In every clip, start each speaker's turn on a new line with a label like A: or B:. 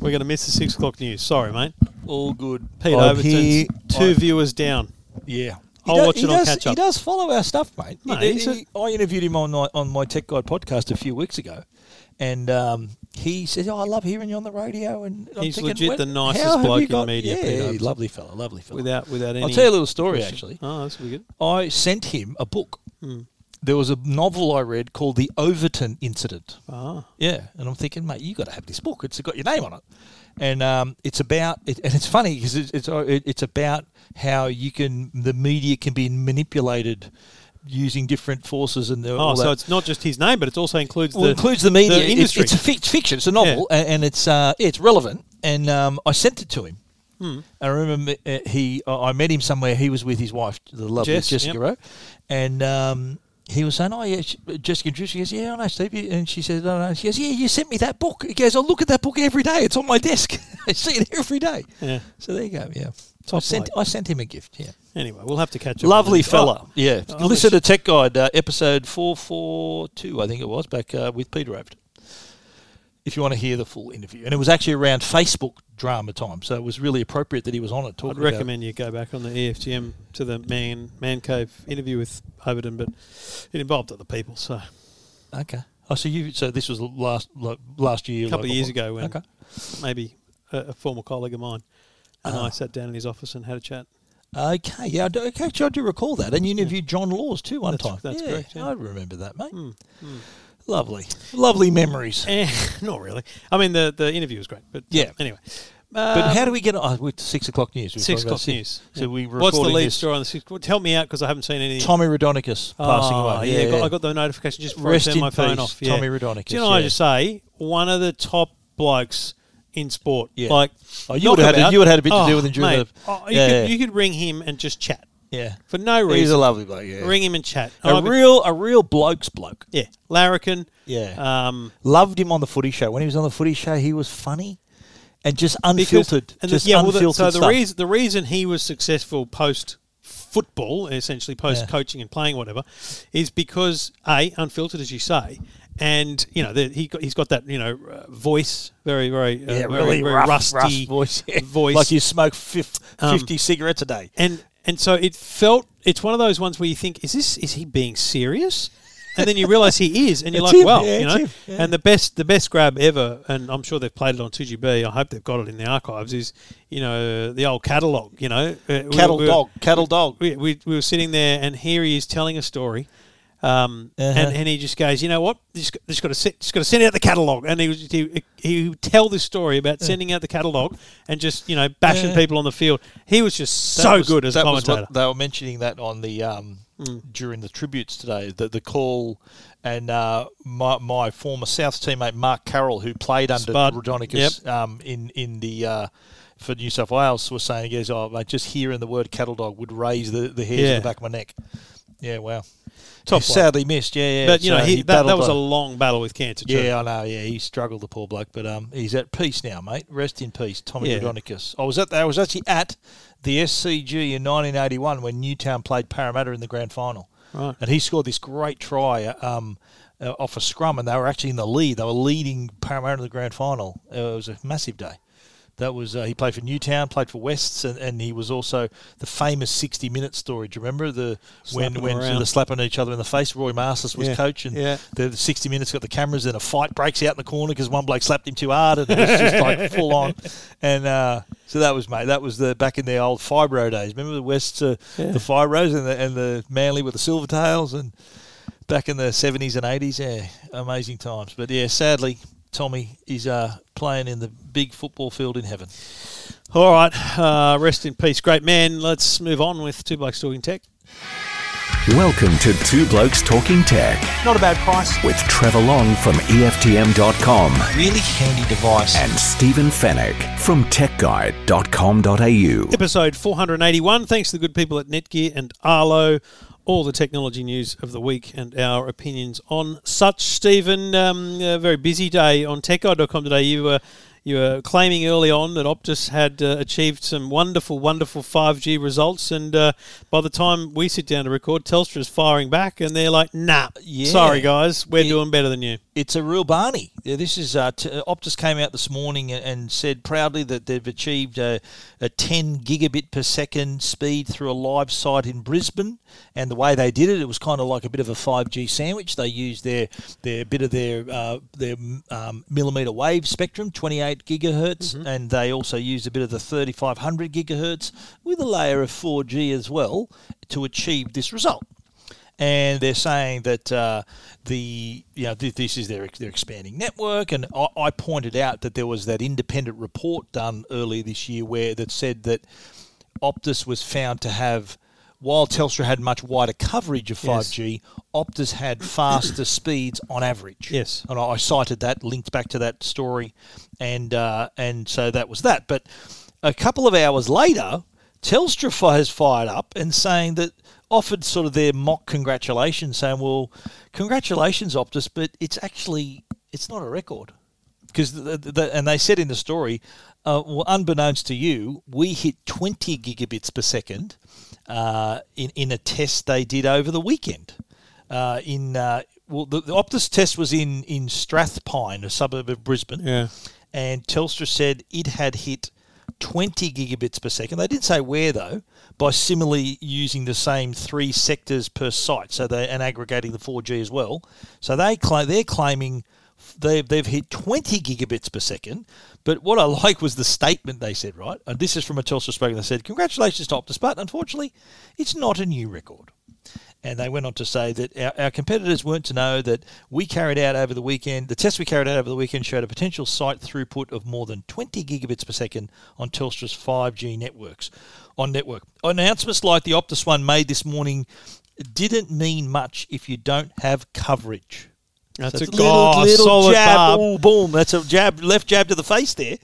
A: We're going to miss the six o'clock news. Sorry, mate.
B: All good.
A: Pete
C: I'm
A: Overton's
C: here.
A: two
B: I-
A: viewers down.
B: Yeah.
A: I'll
C: do-
A: watch it on
C: does,
A: catch up.
C: He does follow our stuff, mate. He-
A: Mate, he's
C: he- I interviewed him on my, on my Tech Guide podcast a few weeks ago, and um, he said, "Oh, I love hearing you on the radio." And I'm
A: He's
C: thinking,
A: legit
C: "When-
A: the nicest
C: how have
A: bloke
C: you
A: in media, Pete
C: Yeah,
A: Overton.
C: lovely fella, lovely fella.
A: Without without any.
C: I'll tell you a little story
A: question. Hmm.
C: actually.
A: Oh, that's good.
C: I sent him a book. There was a novel I read called The Overton Incident.
A: Ah,
C: Yeah, and I'm thinking, mate, you got to have this book. It's got your name on it, and um, it's about. It, and it's funny because it's it's, uh, it- it's about how you can the media can be manipulated using different forces and the,
A: oh,
C: all
A: so
C: that.
A: it's not just his name, but it also includes
C: well,
A: the
C: it includes the media It-
A: industry.
C: It's, it's, fi- it's fiction. It's a novel, a- and, it's uh, yeah, it's relevant. And um, I sent it to him.
A: Hmm.
C: I remember uh, he. I I met him somewhere. He was with his wife, the lovely
A: Jess,
C: Jessica
A: yep.
C: Rowe, and. Um, he was saying, "Oh yeah, she, Jessica Drew." She goes, "Yeah, I know, Steve." And she says, "No, no." She goes, "Yeah, you sent me that book." He goes, "I look at that book every day. It's on my desk. I see it every day."
A: Yeah.
C: So there you go. Yeah. I
A: Top
C: sent. I sent him a gift. Yeah.
A: anyway. We'll have to catch up.
C: Lovely
A: with him.
C: fella.
A: Oh,
C: yeah.
A: Oh,
C: Listen to Tech Guide, uh, episode 442, I think it was, back uh, with Peter Overton. If you want to hear the full interview. And it was actually around Facebook drama time, so it was really appropriate that he was on it
A: I'd
C: talking about-
A: recommend you go back on the E EFGM to the man man cave interview with Overton, but it involved other people. So a
C: Okay. Oh, so you. So this was last like, last year.
A: couple
C: like,
A: of years
C: before-
A: ago, when
C: Okay.
A: maybe a, a former colleague of mine and
C: Ah.
A: I sat down in his office and had a chat.
C: Okay. Yeah. I do, okay, actually, I do recall that. And you interviewed John Laws too one
A: That's-
C: time.
A: that's
C: yeah,
A: correct, yeah. Hmm,
C: I remember that, mate. Lovely. Lovely memories.
A: Eh, not really. I mean, the the interview was great, but
C: Yeah.
A: Anyway,
C: But
A: Um,
C: how do we get on? Oh, we're six o'clock news. We were
A: six
C: talking about
A: o'clock news?
C: So we were
A: What's the
C: recording
A: lead
C: this.
A: story on the six? Help me out because I haven't seen anything.
C: Tommy Rodonicus passing
A: Oh,
C: away.
A: Yeah, I got- I got the notification just before
C: Rest
A: I
C: in
A: turned my phone
C: peace,
A: off. Yeah.
C: Tommy Rodonicus,
A: Do you know what I
C: yeah.
A: just say? One of the top blokes in sport.
C: Yeah.
A: Like
C: Oh, you would've had a-
A: knockabout.
C: you would've had a bit to do with him during
A: mate,
C: the-
A: oh, you,
C: yeah,
A: could,
C: yeah.
A: you could ring him and just chat
C: yeah.
A: for no
C: He's a
A: reason.
C: lovely bloke. Yeah,
A: Ring him and chat.
C: a
A: I've been-
C: real a real bloke's bloke.
A: yeah, larrikin.
C: Yeah.
A: um,
C: Loved him on the Footy Show. When he was on the Footy Show, he was funny and just
A: because-
C: unfiltered.
A: and the-
C: just
A: yeah, well, the-
C: unfiltered
A: so the
C: stuff.
A: reason the reason he was successful post football, essentially post
C: Yeah.
A: coaching and playing whatever, is because a unfiltered as you say, and you know the, he got, he's got that you know uh, voice very very uh,
C: yeah,
A: very,
C: really
A: very
C: rough,
A: rusty
C: rough voice. yeah.
A: voice. Um,
C: like you smoke fif- fifty cigarettes a day.
A: and and so it felt it's one of those ones where you think is this is he being serious and then you realize he is and you're
C: It's
A: like
C: him,
A: well
C: yeah,
A: you
C: it's
A: know
C: him, yeah.
A: and the best the best grab ever and i'm sure they've played it on 2gb i hope they've got it in the archives is you know the old catalog you know Uh, we-
C: Cattle
A: we-
C: dog, cattle dog.
A: we, we, we were sitting there and here he is telling a story um,
C: Uh-huh.
A: and, and he just goes, you know what? Just, just got to sit, just got to send out the catalogue, and he was he, he would tell this story about
C: Uh.
A: sending out the catalogue and just you know bashing
C: Yeah.
A: people on the field. He was just
C: That
A: so
C: was-
A: good as a
C: that was what-
A: commentator.
C: they were mentioning that on the um, during the tributes today. The, the call and uh, my, my former South teammate Mark Carroll, who played under
A: Spud,
C: Rodonicus um, in in the. Uh, for New South Wales was saying, he goes, oh, mate, just hearing the word cattle dog would raise the, the hairs
A: Yeah.
C: on the back of my neck. Yeah, wow.
A: Top
C: He
A: bloke.
C: sadly missed, yeah, yeah.
A: but you
C: So
A: know he, that, that
C: battled
A: was a
C: a-
A: long battle with cancer. Too.
C: Yeah, I know, yeah. He struggled, the poor bloke, but um, he's at peace now, mate. Rest in peace, Tommy
A: Yeah.
C: Rodonicus. I was at I was actually at the SCG in 1981 when Newtown played Parramatta in the grand final.
A: Right.
C: And he scored this great try um, uh, off a scrum, and they were actually in the lead. They were leading Parramatta in the grand final. Uh, it was a massive day. That was uh, he played for Newtown, played for Wests, and, and he was also the famous sixty-minute story. Do you remember the
A: Slapping
C: when when
A: around.
C: the slapping each other in the face? Roy Masters was
A: Yeah.
C: coach, and
A: Yeah.
C: the, the 60 minutes got the cameras and a fight breaks out in the corner because one bloke slapped him too hard and it was just like full on and uh, so that was mate that was the back in the old fibro days remember the west uh, the fibros and the, and the manly with the silver tails and back in the 70s and 80s yeah amazing times but yeah sadly tommy is uh, playing in the big football field in heaven
A: All right, uh, rest in peace, great man. Let's move on with two blokes talking tech.
D: Welcome to Two Blokes Talking Tech
E: Not a bad price.
D: with Trevor Long from E EFTM.com
E: Really handy device.
D: and Stephen Fennec from TechGuide.com.au.
A: Episode 481. Thanks to the good people at Netgear and Arlo. All the technology news of the week and our opinions on such. Stephen, um, a very busy day on techguide.com today. You were You were claiming early on that Optus had uh, achieved some wonderful, wonderful 5G results, and uh, by the time we sit down to record, Telstra's firing back, and they're like, "Nah,
C: Yeah.
A: sorry guys, we're
C: It-
A: doing better than you."
C: it's a real barney. Yeah, This is uh, t- Optus came out this morning a- and said proudly that they've achieved a, a 10 gigabit per second speed through a live site in Brisbane. And the way they did it, it was kind of like a bit of a 5G sandwich. They used their their bit of their uh, their um, millimeter wave spectrum, 28 gigahertz, and they also used a bit of the 3500 gigahertz with a layer of 4G as well to achieve this result and they're saying that uh, the you know th- this is their their expanding network. And I, I pointed out that there was that independent report done earlier this year where that said that Optus was found to have. While Telstra had much wider coverage of 5G, Optus had faster speeds on average.
A: Yes.
C: and I, I cited that, linked back to that story, and uh, and so that was that. But a couple of hours later, Telstra fi- has fired up and saying that offered sort of their mock congratulations, saying, "Well, congratulations, Optus, but it's actually it's not a record." Because the, the, the- and they said in the story, uh, well, unbeknownst to you, we hit 20 gigabits per second uh, in in a test they did over the weekend. Uh, in uh, well, the, the Optus test was in in Strathpine, a suburb of Brisbane
A: Yeah.
C: and Telstra said it had hit 20 gigabits per second. They didn't say where though, by similarly using the same three sectors per site, so they and aggregating the 4G as well. So they claim they're claiming they've they've hit 20 gigabits per second. But what I like was the statement they said. Right, and this is from a Telstra spokesman. They said, "Congratulations to Optus, but unfortunately, it's not a new record." And they went on to say that our, our competitors weren't to know that we carried out over the weekend, the test we carried out over the weekend showed a potential site throughput of more than 20 gigabits per second on Telstra's 5G networks. On network. Announcements like the Optus one made this morning didn't mean much if you don't have coverage.
A: That's
C: So
A: a
C: it's
A: god, solid
C: jab,
A: barb.
C: ooh, boom. That's a jab, left jab to the face there,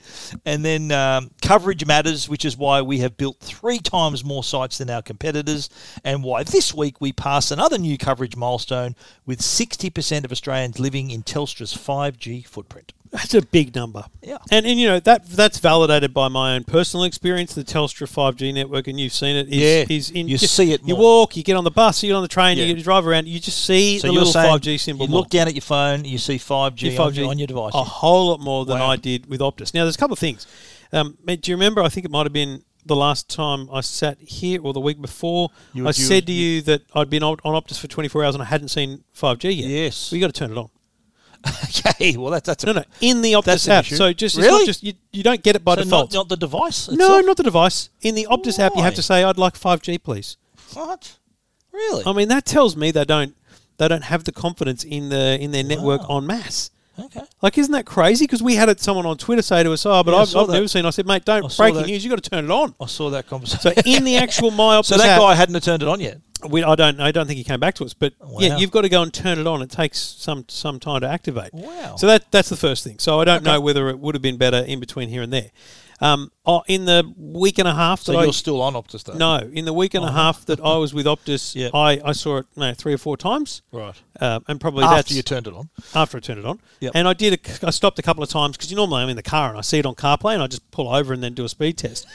C: and then um, coverage matters, which is why we have built three times more sites than our competitors, and why this week we passed another new coverage milestone with sixty percent of Australians living in Telstra's five G footprint.
A: That's a big number.
C: Yeah.
A: And and you know that that's validated by my own personal experience. The Telstra five G network, and you've seen it. Is,
C: Yeah.
A: is in,
C: You see it
A: You
C: more.
A: walk, you get on the bus, you get on the train,
C: Yeah.
A: you get to drive around. You just see the
C: you're
A: little
C: saying
A: five G symbol.
C: You
A: more.
C: look down at your phone, you see five G Oh,
A: Your
C: on,
A: 5G
C: your- on your device.
A: A whole lot more than
C: Wow.
A: I did with Optus. Now, there's a couple of things. Um, mate, do you remember? I think it might have been the last time I sat here or the week before.
C: You-
A: I
C: you-
A: said to you, that I'd been on on Optus for 24 hours and I hadn't seen 5G yet.
C: Yes.
A: Well, you got to turn it on.
C: okay, well that's that's a,
A: No, no, in the Optus
C: That's an
A: app.
C: issue.
A: So just it's
C: Really?
A: not just you, you don't get it by
C: so
A: default.
C: not, not the device.
A: no,
C: Itself?
A: not the device. In the Optus app, you
C: Why?
A: have to say, "I'd like 5G, please."
C: what? Really?
A: I mean, that tells me they don't they don't have the confidence in the in their network
C: Wow.
A: en masse.
C: okay.
A: Like, isn't that crazy? Because we had it, someone on Twitter say to us, "Oh, but
C: Yeah, I
A: I've,
C: saw
A: I've
C: that.
A: never seen." I said, "Mate,
C: I
A: don't
C: saw
A: breaking
C: that.
A: news. You got to turn it on."
C: I saw that conversation.
A: So in the actual My Optus
C: So that
A: app,
C: guy hadn't turned it on yet.
A: we, I don't, I don't think he came back to us. But yeah,
C: Wow.
A: you've got to go and turn it on. It takes some some time to activate.
C: Wow.
A: So that that's the first thing. So I don't know whether it would have been better in between here and there. Um, oh, in the week and a half that
C: So
A: I
C: you're still on Optus though.
A: no, in the week and a half that I was with Optus,
C: Yep.
A: I, I saw it no, three or four times,
C: Right.
A: um, and probably that's
C: After you turned it on.
A: after I turned it on.
C: Yep.
A: And I did. A, c- I stopped a couple of times because normally I'm in the car and I see it on CarPlay and I just pull over and then do a speed test.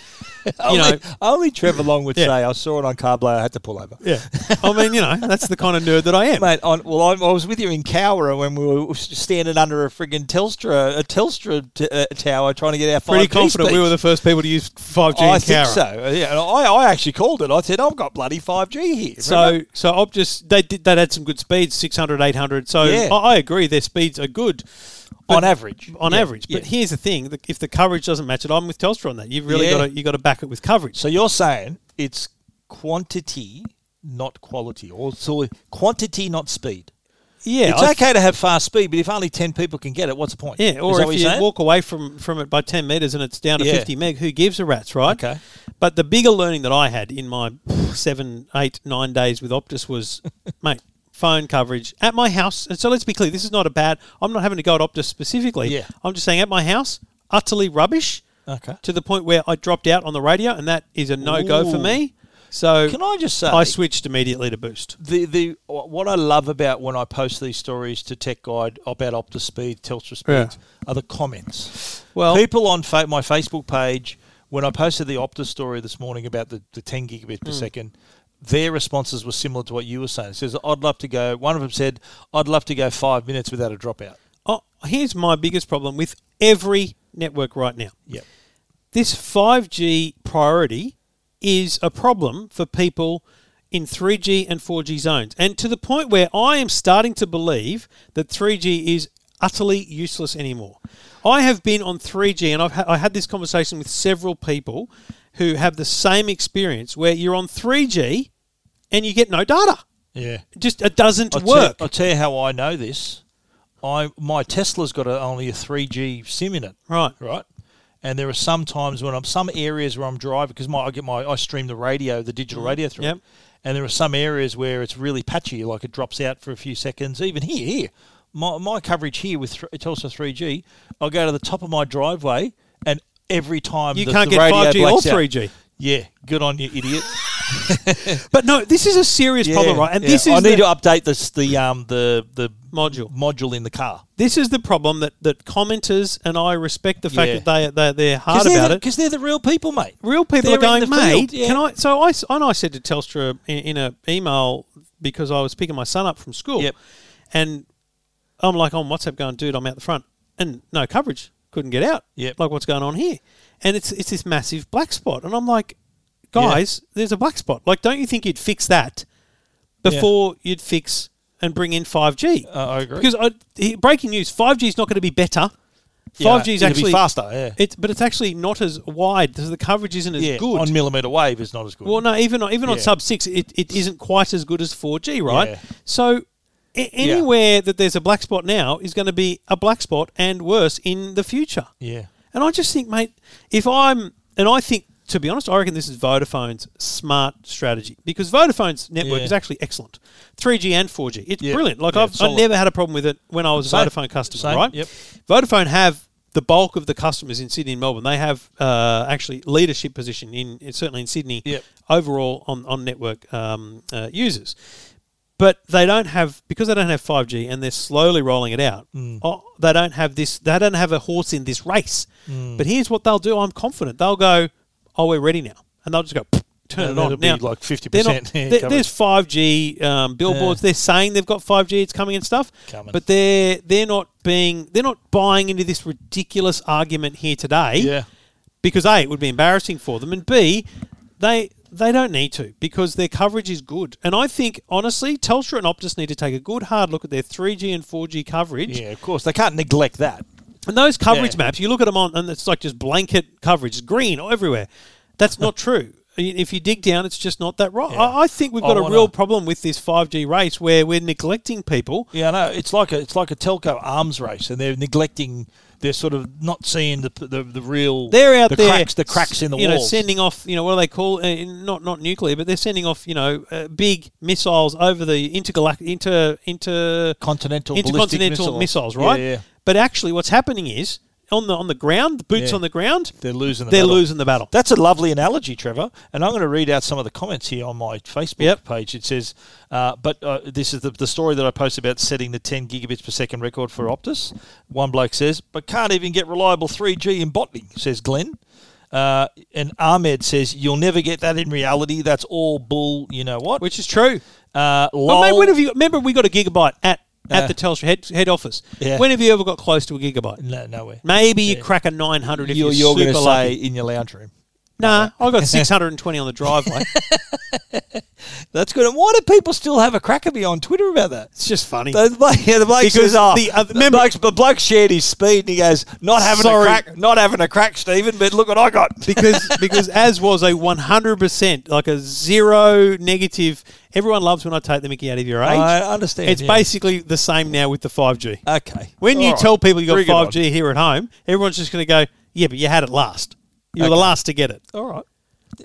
A: you know,
C: only, only Trevor Long would
A: Yeah.
C: say, I saw it on Carblay, I had to pull over.
A: yeah. I mean, you know, that's the kind of nerd that I am.
C: Mate, on, well, I'm, I was with you in Cowra when we were standing under a friggin' Telstra, a Telstra t- uh, tower trying to get our 5G
A: Pretty confident
C: speed.
A: we were the first people to use 5G
C: I
A: in
C: think
A: Cowra.
C: so. Uh, Yeah, and I, I actually called it. I said, I've got bloody 5G here.
A: So, so Optus, they did, they had some good speeds, 600, 800. So
C: Yeah.
A: I, I agree their speeds are good.
C: on
A: but-
C: average.
A: on
C: Yeah,
A: average. But
C: yeah.
A: here's the thing: the, if the coverage doesn't match it, I'm with Telstra on that. You've really
C: Yeah.
A: got to you got to back it with coverage.
C: So you're saying it's quantity, not quality. Or so quantity, not speed.
A: yeah,
C: it's
A: I-
C: okay to have fast speed, but if only 10 people can get it, what's the point?
A: Yeah,
C: Is
A: or
C: that
A: if
C: what
A: you
C: you're saying?
A: walk away from, from it by 10 metres and it's down to
C: Yeah.
A: 50 meg, who gives a rat's, right?
C: Okay.
A: But the bigger learning that I had in my seven, eight, nine days with Optus was, mate, phone coverage at my house. And so let's be clear, this is not a bad, I'm not having to go at Optus specifically.
C: Yeah.
A: I'm just saying at my house, utterly rubbish
C: Okay.
A: to the point where I dropped out on the radio, and that is a no go for
C: Ooh.
A: me. So
C: Can I just say,
A: I switched immediately to Boost.
C: the the what I love about when I post these stories to Tech Guide about Optus Speed, Telstra Speed,
A: Yeah.
C: are the comments.
A: Well-
C: people on fa- my Facebook page when I posted the Optus story this morning about the, the 10 gigabit
A: Hmm.
C: per second. Their responses were similar to what you were saying. It says, "I'd love to go." One of them said, "I'd love to go five minutes without a dropout."
A: Oh, here's my biggest problem with every network right now.
C: Yeah,
A: this 5G priority is a problem for people in 3G and 4G zones, and to the point where I am starting to believe that 3G is utterly useless anymore. I have been on 3G, and I've ha- I had this conversation with several people who have the same experience where you're on 3G and you get no data.
C: yeah.
A: Just it doesn't
C: I'll
A: work.
C: Tell, I'll tell you how I know this. I my Tesla's got a, only a three G sim in it.
A: Right.
C: Right. And there are some times when I'm some areas where I'm driving because my I get my I stream the radio, the digital radio through.
A: Mm. Yep.
C: It. And there are some areas where it's really patchy, like it drops out for a few seconds. Even here, here, my, my coverage here with th- Telstra three G, I go to the top of my driveway, and every time
A: You
C: the,
A: can't
C: the
A: get
C: radio
A: 5G or
C: blacks out.
A: 3G.
C: Yeah, good on you, idiot.
A: but no, this is a serious problem,
C: Yeah,
A: right? And
C: yeah.
A: this is
C: I
A: the-
C: need to update this the um the the
A: Module.
C: module in the car.
A: this is the problem that, that commenters and I respect the fact
C: Yeah.
A: that they they they're hard
C: Because they're,
A: about
C: the,
A: it.
C: 'cause they're the real people, mate.
A: Real people
C: they're
A: are going,
C: in the
A: mate.
C: field, yeah."
A: Can I? So I s- and I said to Telstra in, in a email because I was picking my son up from school,
C: Yep.
A: and I'm like on WhatsApp going, dude, I'm out the front, and no coverage, couldn't get out.
C: Yep.
A: Like what's going on here? And it's it's this massive black spot, and I'm like, guys, there's a black spot. Like, don't you think you'd fix that before you'd fix and bring in 5G?
C: Uh, I agree.
A: Because I, he- breaking news: five G is not going to be better.
C: Yeah,
A: Five G is
C: it'll be
A: actually
C: faster, yeah.
A: It's but it's actually not as wide. So the coverage isn't as
C: yeah,
A: good.
C: on millimeter wave is not as good.
A: well, no, even on, even on
C: Yeah.
A: sub six, it, it isn't quite as good as four G, right?
C: Yeah.
A: So a- anywhere that there's a black spot now is going to be a black spot and worse in the future.
C: yeah,
A: And I just think, mate, if I'm, and I think, to be honest, I reckon this is Vodafone's smart strategy because Vodafone's network
C: Yeah.
A: is actually excellent 3G and 4G. It's
C: Yeah.
A: brilliant. Like,
C: Yeah,
A: I've, I
C: solid.
A: never had a problem with it when I was a
C: Same.
A: Vodafone customer,
C: Same.
A: right?
C: Yep.
A: Vodafone have the bulk of the customers in Sydney and Melbourne. They have uh, actually leadership position in, certainly in Sydney,
C: Yep.
A: overall on, on network um, uh, users but they don't have because they don't have 5G and they're slowly rolling it out.
C: Hmm.
A: Oh, they don't have this. They don't have a horse in this race.
C: Hmm.
A: But here's what they'll do. I'm confident they'll go. Oh, we're ready now, and they'll just go. Turn
C: And
A: it on
C: it'll be
A: now.
C: like
A: they're not-
C: 50%
A: there-
C: coverage.
A: There's 5G um, billboards. They're saying they've got 5G. It's coming and stuff.
C: Coming.
A: But they're they're not being they're not buying into this ridiculous argument here today
C: yeah.
A: because a it would be embarrassing for them, and b they they don't need to because their coverage is good. And I think honestly, Telstra and Optus need to take a good hard look at their 3G and 4G coverage.
C: Yeah, of course they can't neglect that.
A: And those coverage
C: Yeah.
A: maps, you look at them on, and it's like just blanket coverage, it's green all everywhere. That's not true. I- If you dig down, it's just not that right. I, I think we've
C: I
A: got a
C: wanna-
A: real problem with this 5G race where we're neglecting people.
C: Yeah, no, it's like a it's like a telco arms race, and they're neglecting. They're sort of not seeing the the, the real.
A: They're out
C: the
A: there,
C: Cracks, the cracks in the
A: you
C: walls.
A: know, sending off. You know, what do they call? Uh, not not nuclear, but they're sending off. You know, uh, big missiles over the intergalactic, inter inter
C: continental ballistic
A: intercontinental missiles, right?
C: Yeah, yeah.
A: But actually, what's happening is on the on the ground, the boots
C: Yeah.
A: on the ground,
C: They're losing. The
A: they're
C: battle.
A: losing the battle.
C: That's a lovely analogy, Trevor. And I'm going to read out some of the comments here on my Facebook
A: Yep.
C: page. It says, uh, but uh, this is the, the story that I posted about setting the 10 gigabits per second record for Optus. One bloke says, but can't even get reliable 3G in Botany, says Glenn. Uh, and Ahmed says, you'll never get that in reality. That's all bull, you know what?
A: which is true.
C: uh,
A: Well, mate,
C: lol.
A: when have you? Remember, we got a gigabyte at at
C: Uh,
A: the Telstra head, head office.
C: Yeah.
A: When have you ever got close to a gigabyte?
C: No, nowhere.
A: Maybe you crack a nine hundred if
C: You're,
A: you're,
C: you're going
A: super
C: to say
A: lucky.
C: in your lounge room.
A: Nah, I got six hundred and twenty on the driveway.
C: That's good. And why do people still have a crack at me on Twitter about that?
A: it's just funny.
C: The bloke, yeah, the bloke
A: Because
C: says, "Oh,
A: the
C: the,
A: other- remember-
C: bloke's- the bloke shared his speed, and he goes, not having
A: Sorry.
C: a crack, not having a crack, Stephen, but look what I got."
A: because because as was a 100% like a zero negative everyone loves when i take the mickey out of your age
C: I understand,
A: it's
C: yeah. Uh,
A: basically the same now with the 5g
C: Okay.
A: when you
C: All right.
A: tell people you got
C: Bring it
A: 5g here at home everyone's just going to go yeah but you had it last you were the
C: Okay.
A: last to get it
C: on. all right.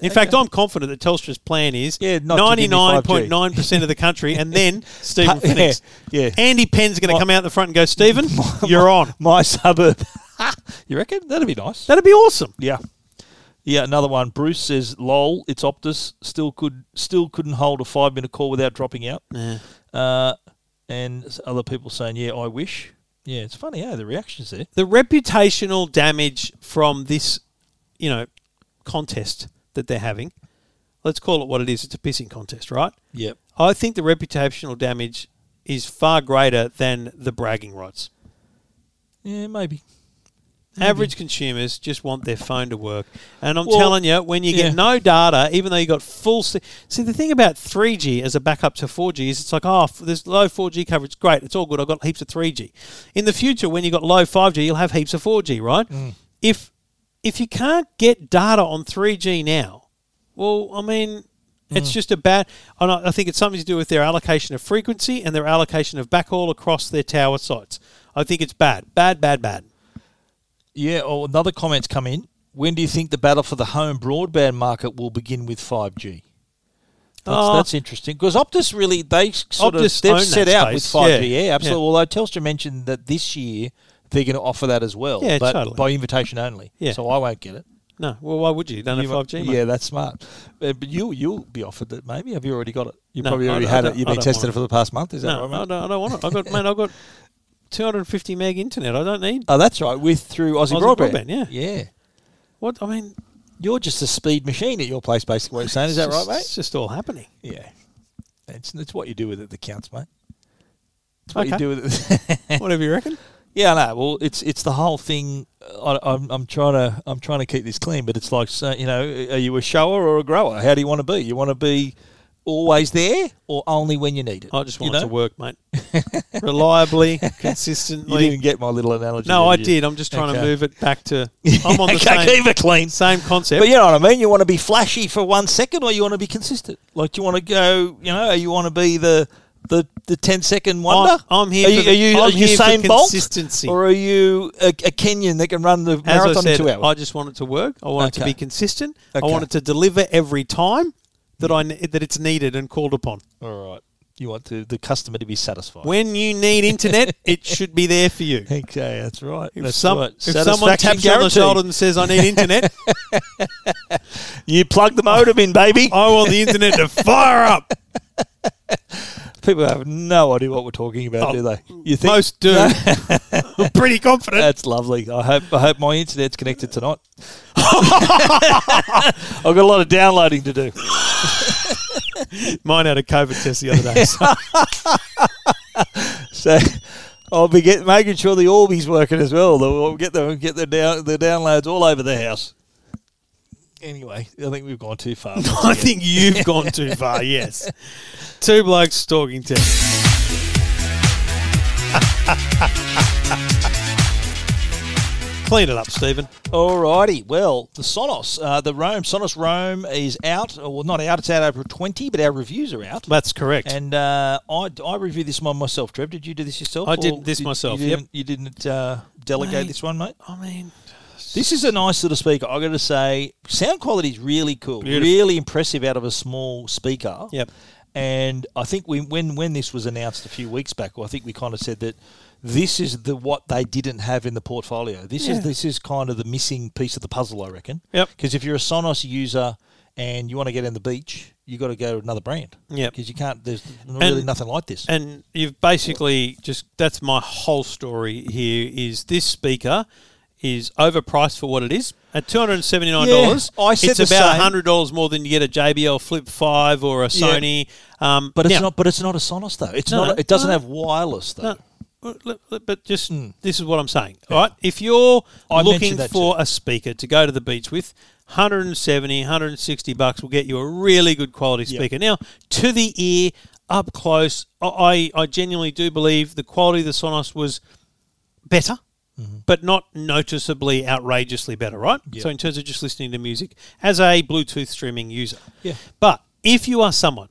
A: in fact i'm confident that telstra's plan is
C: Yeah, not to give me
A: 99.9% of the country and then stephen
C: Pa- yeah,
A: Finnick's.
C: yeah.
A: andy penn's going to come out the front and go stephen you're on
C: My suburb. you reckon that'd be nice?
A: that'd be awesome
C: yeah. Yeah, another one. Bruce says, "Lol, it's Optus. Still could still couldn't hold a five minute call without dropping out." Uh, and s- other people saying, "Yeah, I wish." Yeah, it's funny. Yeah, the reactions there.
A: the reputational damage from this, you know, contest that they're having. Let's call it what it is. It's a pissing contest, right?
C: Yep.
A: I think the reputational damage is far greater than the bragging rights.
C: Yeah, maybe.
A: Average consumers just want their phone to work, and I'm
C: Well,
A: telling you, when you
C: yeah.
A: get no data, even though you got full, se- see the thing about 3G as a backup to 4G is it's like, oh, f- there's low 4G coverage, great, it's all good. I've got heaps of 3G. In the future, when you got low 5G, you'll have heaps of 4G, right?
C: Mm.
A: If if you can't get data on 3G now, well, I mean,
C: Mm.
A: it's just a bad. And I I think it's something to do with their allocation of frequency and their allocation of backhaul across their tower sites. I think it's bad, bad, bad, bad.
C: Yeah. Oh, another comment's come in. When do you think the battle for the home broadband market will begin with five G? That's,
A: Oh.
C: that's interesting because Optus really they s- sort
A: Optus
C: of they've
A: own
C: set
A: that
C: out with
A: space.
C: five G.
A: Yeah.
C: Yeah, absolutely.
A: Yeah.
C: Although Telstra mentioned that this year they're going to offer that as well,
A: Yeah,
C: but
A: totally.
C: by invitation only.
A: Yeah.
C: So I won't get it.
A: No, well, why would you? You don't
C: You
A: have
C: might-
A: five G.
C: Yeah, that's smart. Uh, but you you'll be offered it. Maybe have you already got it? You
A: No,
C: probably
A: I
C: already
A: don't- I
C: had it.
A: don't-
C: You've
A: I
C: been
A: don't
C: testing
A: want
C: it for the past month. Is that
A: no,
C: right? mate?
A: I don't, I don't want it. I got man, I got 250 meg internet. I don't need
C: Oh, that's right. With through Aussie,
A: Aussie
C: broadband.
A: Broadband, yeah.
C: yeah.
A: what I mean.
C: You're just a speed machine at your place, basically. What you're saying is that
A: it's
C: right,
A: just-
C: mate?
A: It's just all happening.
C: Yeah, it's it's what you do with it that counts, mate. It's what you
A: Okay.
C: do with it.
A: Whatever you reckon.
C: Yeah, no. Well, it's it's the whole thing. I, I'm I'm trying to I'm trying to keep this clean, but it's like so, you know, are you a shower or a grower? How do you want to be? You want to be always there or only when you need it?
A: I just
C: You
A: want it
C: know?
A: to work, mate. Reliably,
C: You
A: consistently.
C: didn't get my little analogy.
A: no,
C: there,
A: I
C: you?
A: did. I'm just trying
C: Okay.
A: to move it back to. I'm on the
C: okay,
A: same,
C: keep it clean.
A: same concept.
C: But you know what I mean. You want to be flashy for one second, or you want to be consistent. Like, do you want to go? You know, you want to be the the the 10 second wonder.
A: I'm- I'm here
C: Are
A: for
C: you,
A: the-
C: are you,
A: I'm
C: are you
A: here for
C: Usain Bolt?
A: consistency.
C: or are you a, a Kenyan that can run
A: As
C: the
A: I
C: marathon
A: said,
C: in two hours?
A: I just want it to work. I want it to
C: Okay.
A: be consistent.
C: Okay.
A: I want it to deliver every time that I ne- that it's needed and called upon.
C: All right, you want to, the customer to be satisfied.
A: When you need internet, it should be there for you.
C: okay, that's right.
A: If,
C: that's
A: some,
C: right.
A: if someone taps you on the
C: guaranteed.
A: shoulder and says, I need internet,
C: you plug the modem in, baby.
A: I want the internet to fire up.
C: People have no idea what we're talking about, do they? You think
A: Oh, Most do. I'm pretty confident.
C: That's lovely. I hope I hope my internet's connected tonight. I've got a lot of downloading to do.
A: Mine had a COVID test the other day. so-
C: So I'll be get, making sure the Orbeez working as well. Though We'll get the get the down the downloads all over the house. Anyway, I think we've gone too far.
A: I think you've gone too far, yes. Two blokes talking test. Clean it up, Stephen.
C: Alrighty, well, the Sonos, uh, the Rome Sonos Rome is out. Well, not out. It's out April twenty, but our reviews are out.
A: That's correct.
C: And uh, I, I reviewed this one myself, Trev. Did you do this yourself?
A: I did
C: or
A: this
C: you
A: myself, yep.
C: didn't- You didn't uh, delegate
A: Mate.
C: this one, mate?
A: I mean,
C: This is a nice little speaker. I got to say, sound quality is really cool,
A: Beautiful.
C: really impressive out of a small speaker.
A: Yep.
C: And I think we, when when this was announced a few weeks back, well, I think we kind of said that this is the what they didn't have in the portfolio. This
A: Yeah.
C: is this is kind of the missing piece of the puzzle, I reckon.
A: Yep.
C: Because if you're a Sonos user and you want to get in the beach, you got to go to another brand.
A: Yep.
C: Because you can't. There's really nothing like this.
A: and you've basically just that's my whole story here is this speaker is overpriced for what it is at two hundred and seventy nine dollars.
C: Yeah, I said
A: it's
C: the
A: about
C: same.
A: hundred dollars more than you get a JBL Flip Five or a Sony. Um,
C: but it's
A: now-
C: not. But it's not a Sonos though. It's
A: No,
C: not. A, it doesn't
A: no.
C: have wireless though.
A: no, well, look, look, but just mm, this is what I'm saying. All right, if you're
C: I
A: looking
C: mentioned that
A: for a speaker to go to the beach with. 170, 160 bucks will get you a really good quality speaker. Now, to the ear, up close, I, I I genuinely do believe the quality of the Sonos was better,
C: Mm-hmm.
A: but not noticeably outrageously better, right? So in terms of just listening to music as a Bluetooth streaming user.
C: Yeah.
A: But if you are someone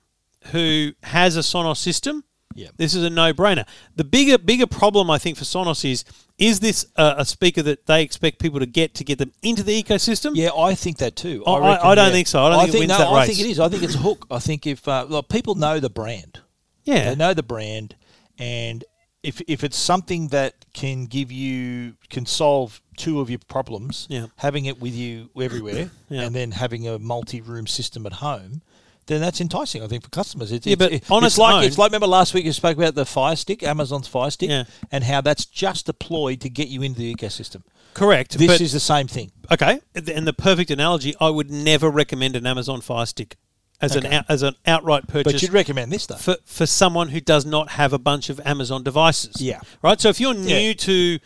A: who has a Sonos system,
C: Yeah.
A: this is a no-brainer. The bigger bigger problem I think for Sonos is is this a, a speaker that they expect people to get to get them into the ecosystem?
C: Yeah, I think that too.
A: I- I- I don't think so. I don't think it wins
C: no,
A: that
C: I
A: race.
C: think it is. I think it's a hook. I think if uh, like, people know the brand,
A: Yeah.
C: they know the brand, and if if it's something that can give you can solve two of your problems,
A: Yeah.
C: having it with you everywhere,
A: Yeah.
C: and then having a multi-room system at home. Then that's enticing, I think, for customers. It's,
A: Yeah,
C: it's-
A: but
C: it-
A: on
C: it's
A: its
C: like
A: own-
C: it's like remember last week you spoke about the Fire Stick, Amazon's Fire Stick,
A: Yeah.
C: and how that's just deployed to get you into the ecosystem.
A: Correct.
C: This
A: but-
C: is the same thing.
A: okay. And the perfect analogy, I would never recommend an Amazon Fire Stick as an out, as an outright
C: But
A: purchase.
C: you'd recommend this though.
A: for, for someone who does not have a bunch of Amazon devices.
C: Yeah.
A: Right? So if you're new
C: Yeah.
A: to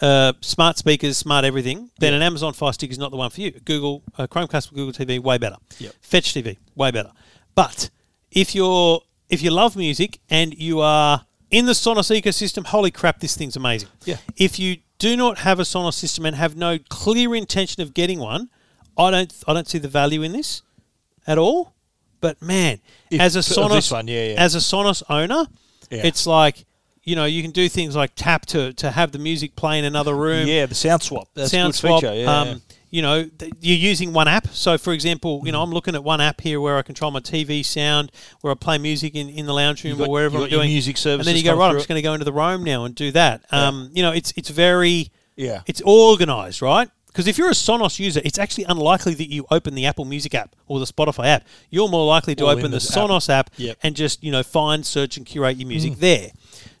A: uh, smart speakers, smart everything, then an Amazon Fire Stick is not the one for you. Google, uh, Chromecast with Google TV, way better.
C: Yep.
A: Fetch TV, way better. But if you're if you love music and you are in the Sonos ecosystem, holy crap, this thing's amazing.
C: Yeah.
A: If you do not have a Sonos system and have no clear intention of getting one, I don't I don't see the value in this at all. But man,
C: If-
A: as a
C: of this
A: Sonos
C: one, yeah, yeah.
A: as a Sonos owner,
C: Yeah.
A: it's like you know you can do things like tap to to have the music play in another room.
C: yeah, the sound swap. That's
A: sound
C: a good
A: swap.
C: feature. Yeah.
A: Um, you know, th- you're using one app. So, for example, you know, I'm looking at one app here where I control my TV sound, where I play music in, in the lounge room
C: got-
A: or wherever
C: you
A: I'm
C: got your
A: doing
C: music
A: And then
C: services
A: you go
C: come
A: right. I'm
C: through
A: just
C: it.
A: going to go into the Roam now and do that. Um, you know, it's it's very
C: Yeah.
A: it's organized, right? Because if you're a Sonos user, it's actually unlikely that you open the Apple Music app or the Spotify app. You're more likely to
C: Or
A: open
C: in
A: the
C: the app.
A: Sonos app
C: Yep. Mm.
A: and just you know find, search, and curate your music there.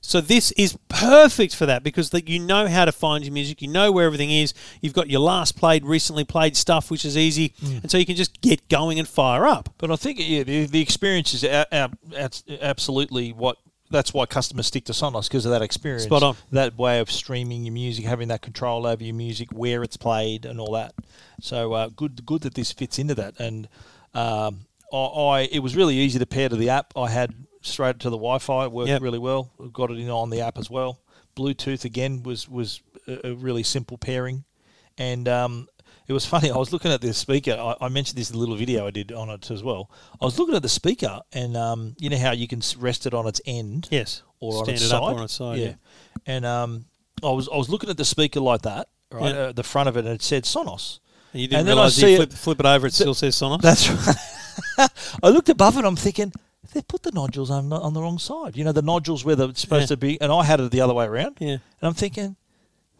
A: So this is perfect for that because that you know how to find your music, you know where everything is. You've got your last played, recently played stuff, which is easy,
C: Mm.
A: and so you can just get going and fire up.
C: But I think yeah, the, the experience is a, a, that's absolutely what. That's why customers stick to Sonos because of that experience.
A: Spot on.
C: That way of streaming your music, having that control over your music, where it's played, and all that. So uh, good, good that this fits into that. And um, I, I, it was really easy to pair to the app. I had straight to the Wi-Fi. It worked
A: Yep.
C: really well. Got it in on the app as well. Bluetooth again was was a, a really simple pairing and um, it was funny. I was looking at this speaker. I, I mentioned this in the little video I did on it as well. I was looking at the speaker, and um, you know how you can s- rest it on its end,
A: Yes,
C: or on
A: Stand
C: its
A: it
C: side,
A: up or on its side, yeah.
C: And um, I was I was looking at the speaker like that, right,
A: Yeah.
C: uh, the front of it, and it said Sonos.
A: And you didn't
C: And then I
A: realize
C: see
A: you
C: it-
A: flip, flip it over; it still says Sonos.
C: That's right. I looked above it. I'm thinking they put the nodules on the, on the wrong side. You know the nodules where they're supposed
A: Yeah.
C: to be, and I had it the other way around.
A: Yeah.
C: and I'm thinking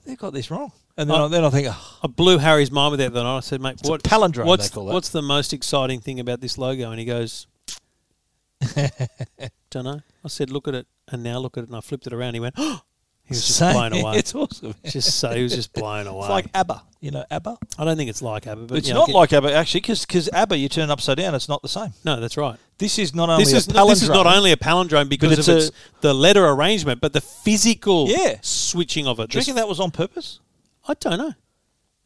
C: they've got this wrong. And then
A: I-
C: I, then I think, oh,
A: I blew Harry's mind with that the other night. I said, "Mate,
C: a
A: what
C: palindrome,
A: What's,
C: they call that.
A: what's the most exciting thing about this logo?" And he goes, "Don't know." I said, "Look at it," and now look at it, and I flipped it around. He went, "Oh!" He was just
C: same.
A: blown away.
C: it's awesome.
A: just so he was just blown away.
C: It's like ABBA, you know, ABBA.
A: I don't think it's like ABBA, but
C: It's
A: yeah, I
C: not
A: get-
C: like ABBA actually, because ABBA you turn upside down, it's not the same.
A: no, that's right.
C: This is not only
A: This
C: a
A: is not, this is not
C: palindrome.
A: only a palindrome because
C: it's
A: of
C: a-
A: its the letter arrangement, but the physical
C: Yeah.
A: switching of it.
C: Do you reckon
A: This-
C: that was on purpose?
A: I don't know.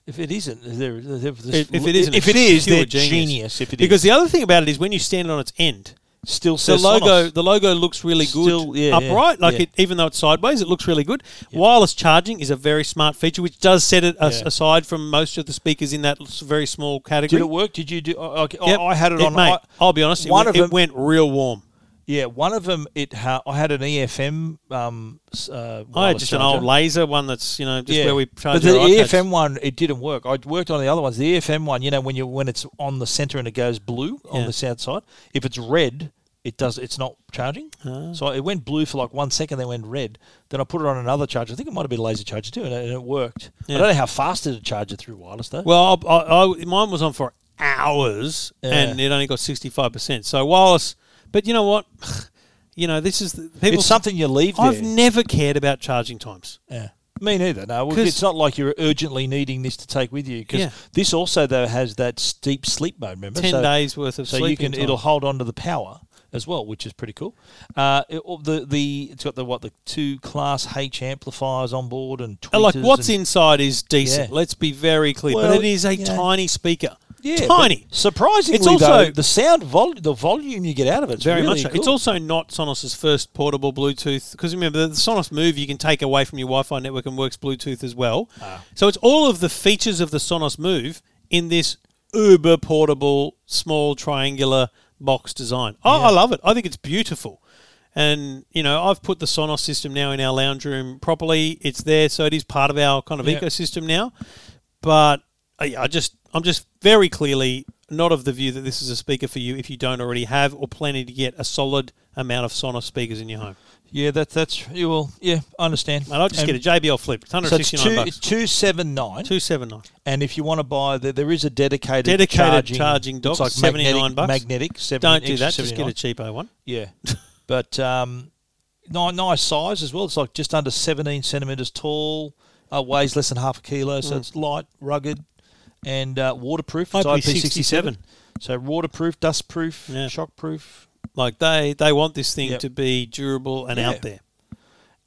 C: If it isn't, they're, they're
A: If,
C: just,
A: if it isn't,
C: if it
A: it's
C: is,
A: pure
C: they're
A: genius.
C: genius. If it
A: because
C: is.
A: the other thing about it is when you stand on its end,
C: still
A: the
C: says
A: logo
C: Sonos.
A: the logo looks really good
C: Still, yeah,
A: upright
C: yeah,
A: like
C: yeah.
A: it even though it's sideways it looks really good wireless charging is a very smart feature which does set it as
C: Yeah.
A: aside from most of the speakers in that s- very small
C: Did
A: category
C: it work? Did you do? I, I,
A: Yep.
C: I had it, on.
A: mate,
C: I,
A: I, will be honest
C: one
A: it,
C: of
A: went, it
C: them-
A: went real warm
C: yeah, one of them. It. Ha, I had an EFM. Um, s- uh,
A: I had
C: wireless
A: just an
C: charger.
A: old laser one that's you know just where we charge
C: But the E
A: our iPads.
C: EFM one, it didn't work. I worked on the other ones. The EFM one, you know, when you when it's on the center and it goes blue on
A: Yeah.
C: the south side, if it's red, it does. It's not charging.
A: Ah.
C: So it went blue for like one second, then went red. Then I put it on another charger. I think it might have been a laser charger too, and it, and it worked.
A: Yeah.
C: I don't know how fast it charged it through wireless though.
A: well I, I, I- mine was on for hours
C: Yeah.
A: and it only got 65% so wireless but you know what you know this is the, people
C: it's something you leave there.
A: I've never cared about charging times
C: Yeah. Me neither. No, well,
A: 'Cause-
C: it's not like you're urgently needing this to take with you because
A: Yeah.
C: this also though has that steep sleep mode. Remember,
A: 10
C: So-
A: days worth of
C: so you
A: sleeping
C: can
A: time.
C: it'll hold on to the power as well, which is pretty cool. Uh, it, all the the it's got the what the two class H amplifiers on board and
A: Uh, like
C: tweeters
A: what's
C: and-
A: inside is decent.
C: Yeah.
A: Let's be very clear,
C: Well,
A: but it is a
C: you know-
A: tiny speaker,
C: yeah,
A: tiny.
C: but Surprisingly,
A: It's also-
C: though, the sound vol the volume you get out of it
A: Very
C: really
A: much. so.
C: Cool.
A: It's also not Sonos's first portable Bluetooth because remember the Sonos Move you can take away from your Wi-Fi network and works Bluetooth as well.
C: Ah.
A: So it's all of the features of the Sonos Move in this uber portable, small triangular box design. I, I love it. I think it's beautiful. And you know, I've put the Sonos system now in our lounge room properly. It's there, so it is part of our kind of
C: Yeah.
A: ecosystem now. But uh, I, I just, I'm just very clearly not of the view that this is a speaker for you if you don't already have or planning to get a solid amount of Sonos speakers in your home.
C: Yeah, that's that's you will. Yeah, I understand.
A: And I'll just
C: And
A: get a JBL flip. It's
C: So it's
A: 169
C: two,
A: bucks.
C: it's two seven nine,
A: 279.
C: and if you want to buy, there, there is a dedicated
A: Dedicated
C: charging,
A: charging dock,
C: it's like
A: 79
C: magnetic,
A: bucks.
C: Magnetic. 70,
A: Don't do
C: extra
A: that. Just get
C: 79.
A: a cheapo one.
C: Yeah, but um, ni- nice size as well. It's like just under 17 centimeters tall, uh, weighs less than half a kilo, so it's light, rugged, and uh, waterproof. It's
A: IP67.
C: IP67, so waterproof, dustproof,
A: Yeah.
C: shockproof,
A: Like they, they want this thing
C: Yep.
A: to be durable and
C: Yeah.
A: out there.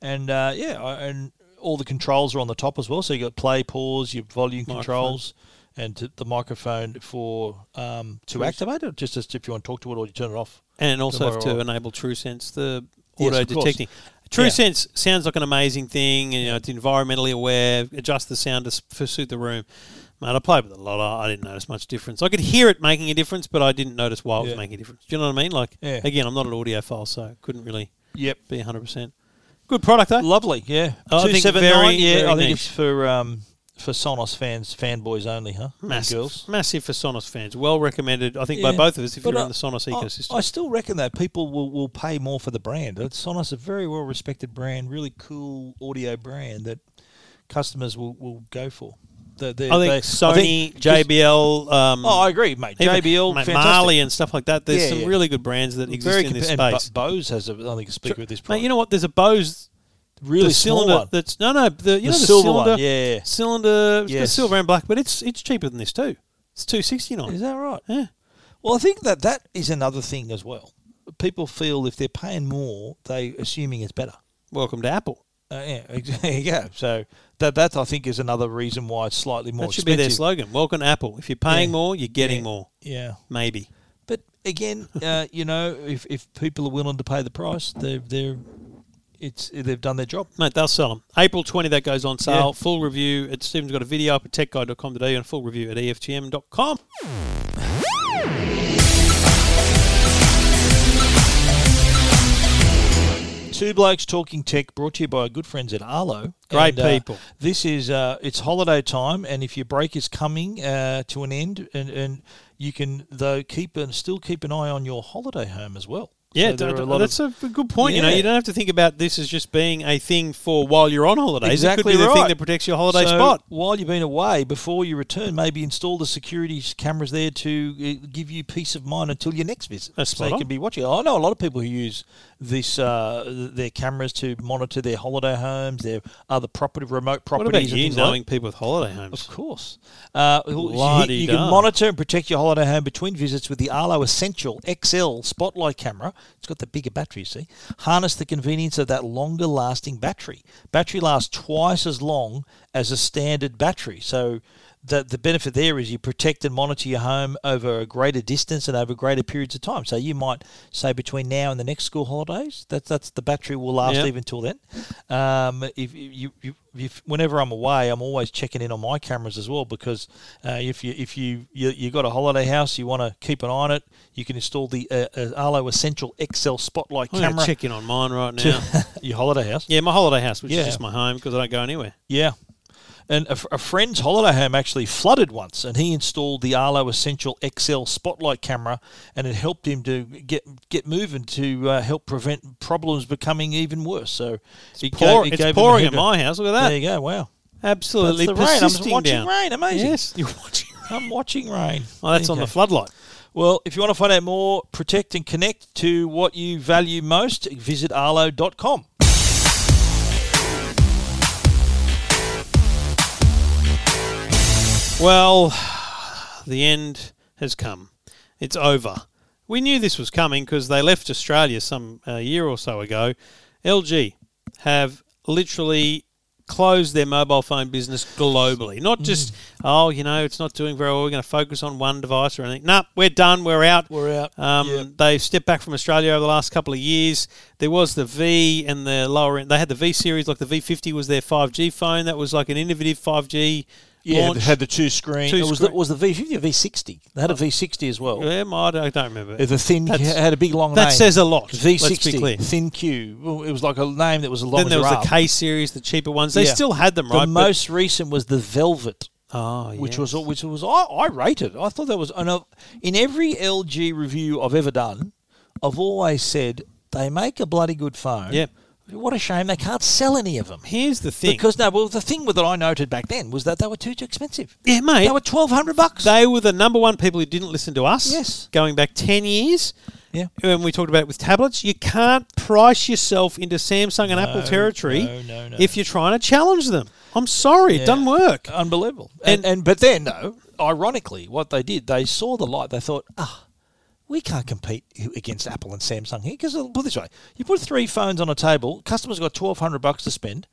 C: and uh, yeah, I- and all the controls are on the top as well. So you got play, pause, your volume controls. And t- the microphone for um, to activate it, just as if you want to talk to it or you turn it off.
A: And also have to
C: Tomorrow.
A: enable TrueSense, the
C: Yes,
A: auto
C: of course.
A: detecting.
C: Yeah.
A: TrueSense sounds like an amazing thing. You know, it's environmentally aware. Adjust the sound to s- to suit the room. Mate, I played with it a lot. I I didn't notice much difference. I could hear it making a difference, but I didn't notice why it
C: Yeah.
A: was making a difference. Do you know what I mean? Like,
C: Yeah.
A: again, I'm not an audiophile, so couldn't really
C: Yep.
A: be 100%. Good product, though.
C: Lovely, yeah.
A: I think
C: Two seven
A: very,
C: nine, yeah.
A: very
C: I think
A: niche.
C: it's for um for Sonos fans, fanboys only, huh? And
A: Massive,
C: girls.
A: massive for Sonos fans. Well recommended, I think, by
C: Yeah.
A: both of us if
C: But
A: you're
C: I-
A: in the Sonos
C: I-
A: ecosystem.
C: I, still reckon that people will, will pay more for the brand. Uh, Sonos a very well respected brand, really cool audio brand that customers will, will go for. They- they-
A: I think
C: they-
A: Sony,
C: think just-
A: JBL, um,
C: Oh, I agree, mate.
A: even,
C: JBL,
A: mate,
C: fantastic.
A: Marley, and stuff like that. There's
C: Yeah,
A: some
C: yeah.
A: really good brands that exist in
C: compa-
A: this
C: and
A: space.
C: Bo- Bose has, a, I think, a speaker with this product.
A: Mate, you know what? There's a Bose
C: really
A: the
C: small
A: cylinder
C: one.
A: that's no, no. The, you know the
C: silver one,
A: cylinder,
C: yeah, yeah.
A: cylinder, it's got
C: Yes.
A: silver and black, but it's it's cheaper than this too. It's two sixty
C: Is
A: nine.
C: that right?
A: Yeah,
C: Well, I think that that is another thing as well. People feel if they're paying more, they assuming it's better.
A: welcome to Apple.
C: Uh, yeah, ex- there you go. So that that I think is another reason why it's slightly more
A: that should be
C: expensive.
A: their slogan. Welcome to Apple. If you're paying
C: Yeah.
A: more, you're getting
C: Yeah.
A: more.
C: yeah,
A: Maybe.
C: but again, uh, you know, if, if people are willing to pay the price, they're they're it's they've done their job.
A: Mate, they'll sell them. April 20, that goes on sale.
C: Yeah.
A: Full review. It's Stephen's got a video up at techguide.com.au and a full review at E EFTM.com.
C: Two blokes talking tech, brought to you by our good friends at Arlo.
A: Great
C: And, uh,
A: people.
C: this is uh, it's holiday time, and if your break is coming uh, to an end, and, and you can though keep and still keep an eye on your holiday home as well.
A: Yeah,
C: So there
A: th-
C: are a lot of-
A: that's a good point. You know,
C: Yeah.
A: you don't have to think about this as just being a thing for while you're on holidays.
C: Exactly
A: it could be the thing
C: right.
A: that protects your holiday
C: So
A: spot.
C: While you've been away, before you return, maybe install the security s- cameras there to uh, give you peace of mind until your next visit.
A: That's
C: so
A: spot
C: you
A: on.
C: can be watching. I know a lot of people who use this uh, th- their cameras to monitor their holiday homes, their other property, remote
A: What
C: properties.
A: about
C: and
A: you
C: things like-
A: knowing people with holiday homes?
C: Of course. Uh, well, you, you
A: La-di-da.
C: can monitor and protect your holiday home between visits with the Arlo Essential XL spotlight camera. It's got the bigger battery, you see. Harness the convenience of that longer lasting battery. Battery lasts twice as long as a standard battery. So the, the benefit there is you protect and monitor your home over a greater distance and over greater periods of time. So you might say between now and the next school holidays, that's that's the battery will last
A: Yeah.
C: even until then. Um, if you, you, if whenever I'm away, I'm always checking in on my cameras as well because uh, if you if you you you got a holiday house, you want to keep an eye on it. You can install the uh, uh, Arlo Essential XL Spotlight
A: I'm going to
C: camera
A: Oh, check in on mine right now.
C: to your holiday house.
A: yeah, my holiday house, which is
C: Yeah.
A: just my home because I don't go anywhere.
C: Yeah. And a, f- a friend's holiday home actually flooded once, and he installed the Arlo Essential XL spotlight camera, and it helped him to get get moving to uh, help prevent problems becoming even worse. So it
A: Pour-
C: gave- it
A: it's
C: gave him a
A: pouring
C: header.
A: at my house. Look at that.
C: There you go. Wow. That's
A: Absolutely
C: the rain. I'm
A: persisting
C: watching
A: down.
C: rain. Amazing.
A: Yes, you're watching.
C: I'm watching rain.
A: Oh, that's
C: There
A: on
C: you
A: the
C: go.
A: floodlight.
C: Well, if you want to find out more, protect and connect to what you value most, visit arlo.com.
A: Well, the end has come. It's over. We knew this was coming because they left Australia some uh, year or so ago. LG have literally closed their mobile phone business globally. Not
C: Mm.
A: just, oh, you know, it's not doing very well. We're going to focus on one device or anything. No, we're done. We're out.
C: We're out.
A: Um,
C: Yep.
A: They've stepped back from Australia over the last couple of years. There was the V and the lower end. They had the V series, like the V50 was their 5G phone. That was like an innovative 5G
C: Yeah,
A: launch.
C: they had the two screen.
A: Two
C: it was
A: screen.
C: The, was the V50 or V60? They had a V60 as well.
A: Yeah, I don't, I don't remember.
C: It's a thin.
A: That's-
C: it had a big long
A: that
C: name.
A: says a lot.
C: V60
A: Let's be clear.
C: thin Q. Well, it was like a name that was a long.
A: then
C: as
A: there
C: your
A: was
C: arm.
A: the K series, the cheaper ones. They
C: Yeah.
A: still had them,
C: The
A: right? But-
C: most recent was the Velvet.
A: oh,
C: which
A: yes.
C: was which was I, I rated. I thought that was and I- in every LG review I've ever done, I've always said they make a bloody good phone.
A: Yeah.
C: What a shame they can't sell any of them.
A: Here's the thing.
C: Because no, well, the thing that I noted back then was that they were too, too expensive.
A: yeah, mate,
C: They were twelve hundred bucks.
A: they were the number one people who didn't listen to us.
C: Yes.
A: Going back 10 years.
C: Yeah.
A: When we talked about it with tablets, you can't price yourself into Samsung and Apple territory
C: no, no, no.
A: if you're trying to challenge them. I'm sorry, it doesn't work.
C: Unbelievable. And, and but then though, ironically, what they did, they saw the light. They thought, ah, we can't compete against Apple and Samsung here because put it this way: you put three phones on a table, customers got twelve hundred bucks to spend.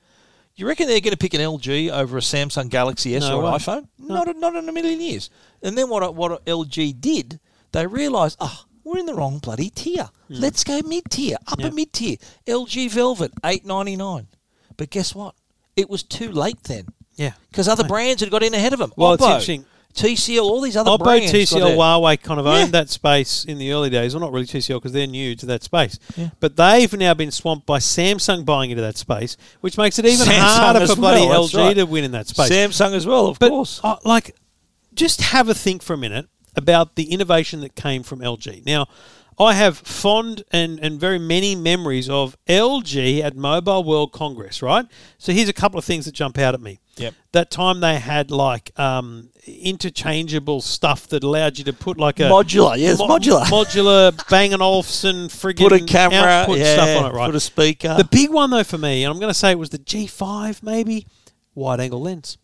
C: You reckon they're going to pick an LG over a Samsung Galaxy S
A: No
C: or an
A: way.
C: iPhone? Not a, not in a million years. And then what what LG did, they realised, ah. we're in the wrong bloody tier.
A: Hmm.
C: Let's go mid tier, upper mid tier. LG Velvet, eight ninety nine. But guess what? It was too late then
A: Yeah.
C: because other brands had got in ahead of them.
A: Well, it's
C: Oppo,
A: interesting.
C: TCL, all these other
A: Oppo,
C: brands. got
A: TCL,
C: out.
A: Huawei kind of
C: Yeah.
A: owned that space in the early days. Well, not really TCL because they're new to that space.
C: Yeah.
A: But they've now been swamped by Samsung buying into that space, which makes it even
C: Samsung
A: harder
C: as
A: for bloody
C: well, that's
A: LG
C: right.
A: to win in that space.
C: Samsung as well, of
A: but
C: course.
A: uh, like, just have a think for a minute about the innovation that came from LG. Now, I have fond and, and very many memories of LG at Mobile World Congress, right? So here's a couple of things that jump out at me.
C: Yep.
A: That time they had like um, interchangeable stuff that allowed you to put like a
C: Modular, yes,
A: mo-
C: modular.
A: modular Bang and Olufsen friggin'
C: Put a camera,
A: output
C: yeah,
A: stuff on it, right?
C: put a speaker.
A: the big one though for me, and I'm going to say it was the G5 maybe wide angle lens.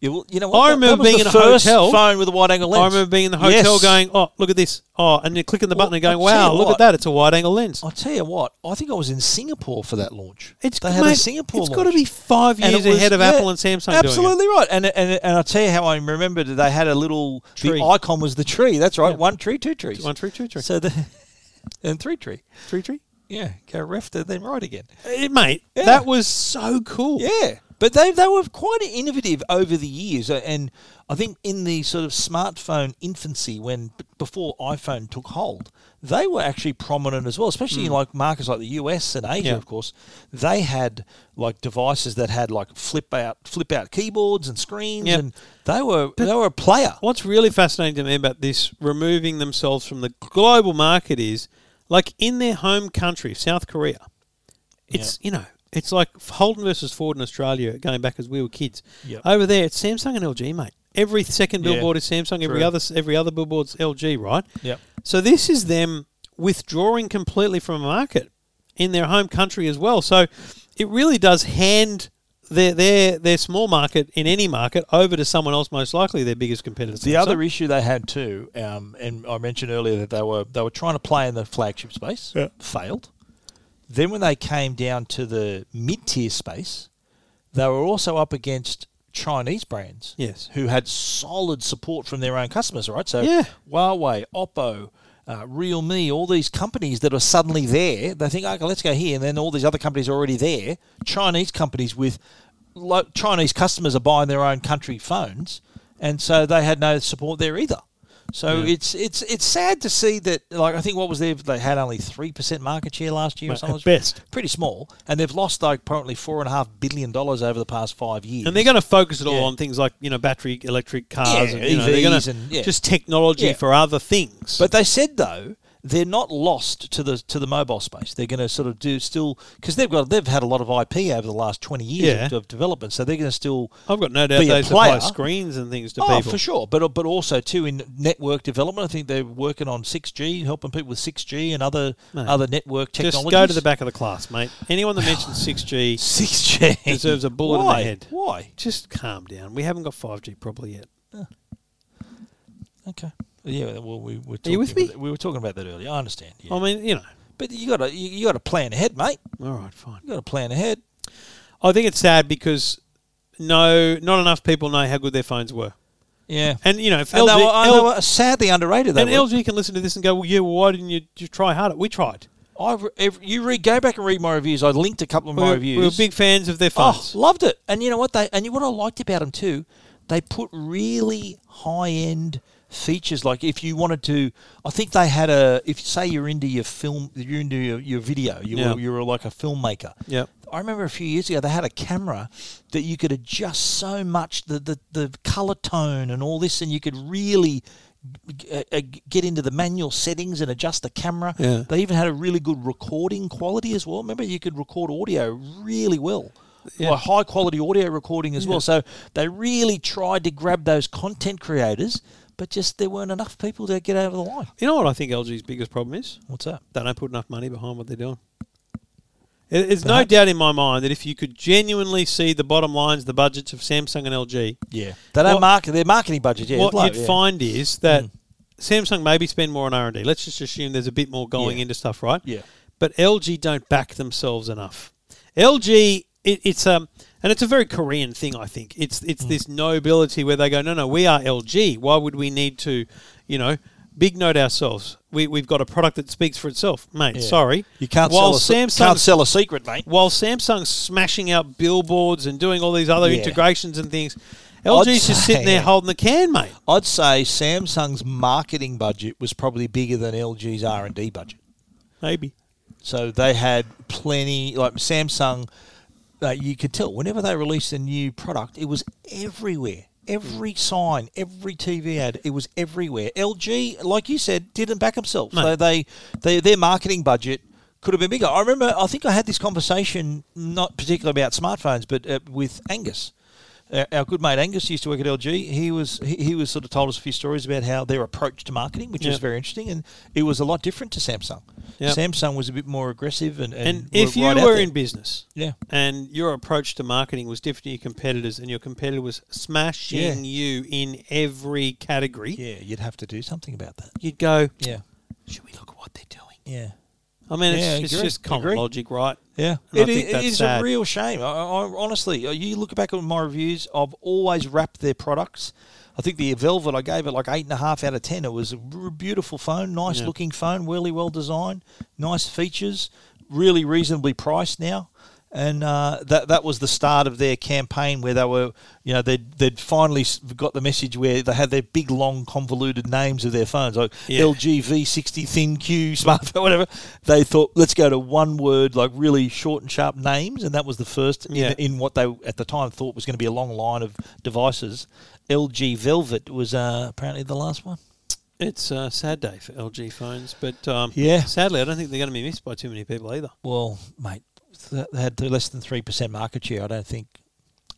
C: you, you know what?
A: I
C: That-
A: remember
C: that was
A: being
C: the
A: in a
C: first
A: hotel.
C: phone with a wide-angle lens.
A: I remember being in the hotel
C: Yes.
A: going, "Oh, look at this!" Oh, and you're clicking the button
C: Well,
A: and going,
C: I'll tell
A: "Wow,
C: you
A: look
C: what.
A: at that! It's a wide-angle lens."
C: I tell you what, I think I was in Singapore for that launch.
A: It's
C: they had a
A: mate,
C: Singapore.
A: It's
C: launch.
A: got to be five
C: And
A: years
C: it was-
A: ahead of
C: yeah,
A: Apple and Samsung. doing
C: Absolutely right. And and and I'll tell you how I remembered. They had a little
A: Tree.
C: The icon was the tree. That's right. One tree, two trees.
A: it. one tree, two tree,
C: So the and three tree.
A: three tree.
C: Yeah, go left and then right again.
A: Eh, mate,
C: Yeah.
A: that was so cool.
C: Yeah, but they they were quite innovative over the years, uh, and I think in the sort of smartphone infancy, when b- before iPhone took hold, they were actually prominent as well, especially in like markets like the US and Asia,
A: Hmm. Yeah.
C: of course. They had like devices that had like flip out flip out keyboards and screens,
A: Yep.
C: and they were they were a player.
A: What's really fascinating to me about this removing themselves from the global market is, like in their home country, South Korea, it's you know it's like Holden versus Ford in Australia going back as we were kids.
C: Yep.
A: Over there, it's Samsung and LG, mate. Every second
C: Yeah,
A: billboard is Samsung. Every
C: true.
A: other every other billboard's LG, right?
C: Yep.
A: So this is them withdrawing completely from a market in their home country as well. So it really does hand. Their, their their small market in any market over to someone else, most likely their biggest competitor.
C: The
A: Samsung.
C: other issue they had too, um, and I mentioned earlier that they were they were trying to play in the flagship space,
A: Yeah.
C: failed. Then when they came down to the mid tier space, they were also up against Chinese brands,
A: Yes.
C: who had solid support from their own customers, right? So
A: Yeah.
C: Huawei, Oppo. Uh, Realme, all these companies that are suddenly there, they think, okay, let's go here, and then all these other companies are already there. Chinese companies with lo- Chinese customers are buying their own country phones, and so they had no support there either. So it's it's it's sad to see that. Like I think what was there, they had only three percent market share last year or
A: Right,
C: something.
A: at best.
C: pretty small, and they've lost like apparently four and a half billion dollars over the past five years.
A: And they're going to focus it all
C: Yeah.
A: on things like you know battery electric cars
C: Yeah,
A: and you know, they're going
C: EVs
A: to
C: and- yeah.
A: just technology
C: Yeah.
A: for other things.
C: But they said though they're not lost to the to the mobile space. They're going to sort of do still because they've got they've had a lot of IP over the last twenty years
A: Yeah.
C: of, of development. So they're going to still
A: I've got no doubt
C: be a
A: they supply
C: player.
A: screens and things to
C: oh,
A: people.
C: for sure. But but also too in network development, I think they're working on six G, helping people with six G and other other network technologies.
A: Just go to the back of the class, mate. Anyone that mentions six G,
C: Six G
A: Deserves a bullet in the
C: Why?
A: head.
C: Why?
A: just calm down. We haven't got five G properly yet.
C: Okay. Yeah, well, we were
A: Are
C: talking
A: you with me? Oh.
C: about- we were talking about that earlier. I understand. Yeah.
A: I mean, you know,
C: but you got to you, you got to plan ahead, mate.
A: all right, fine.
C: You got to plan ahead.
A: I think it's sad because no, not enough people know how good their phones were.
C: Yeah.
A: And you know, if
C: And
A: LG,
C: they were, and
A: L-
C: they were sadly underrated. They
A: and
C: were.
A: LG can listen to this and go, well, yeah, well, why didn't you, you try harder? We tried.
C: I re- if you re- go back and read my reviews. I linked a couple of
A: We
C: my
A: were, we
C: reviews.
A: were big fans of their
C: oh,
A: phones.
C: loved it. And you know what they and you what I liked about them too, they put really high end features. Like if you wanted to, I think they had a if say you're into your film, you're into your, your video, you
A: Yeah.
C: were you were like a filmmaker.
A: Yep.
C: I remember a few years ago they had a camera that you could adjust so much the the, the color tone and all this, and you could really uh, uh, get into the manual settings and adjust the camera.
A: Yeah.
C: They even had a really good recording quality as well. Remember, you could record audio really well.
A: Yeah.
C: Like high quality audio recording as well. So they really tried to grab those content creators, but just there weren't enough people to get over the line.
A: You know what I think LG's biggest problem is?
C: What's that?
A: They don't put enough money behind what they're doing. It- It's no doubt in my mind that if you could genuinely see the bottom lines, the budgets of Samsung and LG,
C: Yeah. They don't
A: What-
C: market their marketing budget. Yeah, it's
A: what
C: low,
A: you'd
C: yeah. Mm.
A: find is that Samsung maybe spend more on R and D. Let's just assume there's a bit more going
C: Yeah.
A: into stuff, right?
C: Yeah.
A: But LG don't back themselves enough. LG, it, it's um, and it's a very Korean thing, I think. It's
C: Mm.
A: it's this nobility where they go, no, no, we are LG. Why would we need to, you know, big note ourselves? We we've got a product that speaks for itself, mate.
C: Yeah.
A: Sorry,
C: You can't
A: While
C: sell a,
A: Samsung's-
C: can't sell a secret, mate.
A: while Samsung's smashing out billboards and doing all these other
C: Yeah.
A: integrations and things, LG's just sitting there
C: say-
A: holding the can, mate.
C: I'd say Samsung's marketing budget was probably bigger than LG's R and D budget.
A: Maybe.
C: So they had plenty. Like Samsung, uh, you could tell whenever they released a new product, it was everywhere. Every sign, every TV ad, it was everywhere. LG, like you said, didn't back themselves. So
A: No.
C: they, they, their marketing budget could have been bigger. I remember, I think I had this conversation, not particularly about smartphones, but uh, with Angus. Uh, Our our good mate Angus used to work at LG. He was he, he was sort of told us a few stories about how their approach to marketing, which is
A: Yeah.
C: very interesting, and it was a lot different to Samsung.
A: Yeah.
C: Samsung was a bit more aggressive and and,
A: And if you
C: right out
A: were
C: there.
A: in business
C: yeah
A: and your approach to marketing was different to your competitors and your competitor was smashing you in every category,
C: yeah you'd have to do something about that
A: you'd go,
C: yeah
A: should we look at what they're doing?
C: yeah
A: I mean,
C: Yeah,
A: it's, it's
C: agree,
A: just common
C: agree.
A: logic, right?
C: yeah
A: And I
C: it, i-
A: think
C: it
A: that's
C: is
A: sad.
C: a real shame I, I, honestly uh, you look back at my reviews I've always wrapped their products I think the Velvet I gave it like eight and a half out of ten it was a r- beautiful phone nice
A: Yeah.
C: looking phone really well designed nice features really reasonably priced now. And uh, that that was the start of their campaign, where they were, you know, they'd they'd finally s- got the message where they had their big, long, convoluted names of their phones, like
A: Yeah.
C: LG V60 Thin Q smartphone, whatever. They thought, let's go to one word, like really short and sharp names, and that was the first
A: Yeah.
C: in, in what they at the time thought was going to be a long line of devices. LG Velvet was uh, apparently the last one.
A: It's a sad day for LG phones, but um,
C: Yeah.
A: sadly, I don't think they're going to be missed by too many people either.
C: Well, mate, th- they had less than three percent market share. I don't think.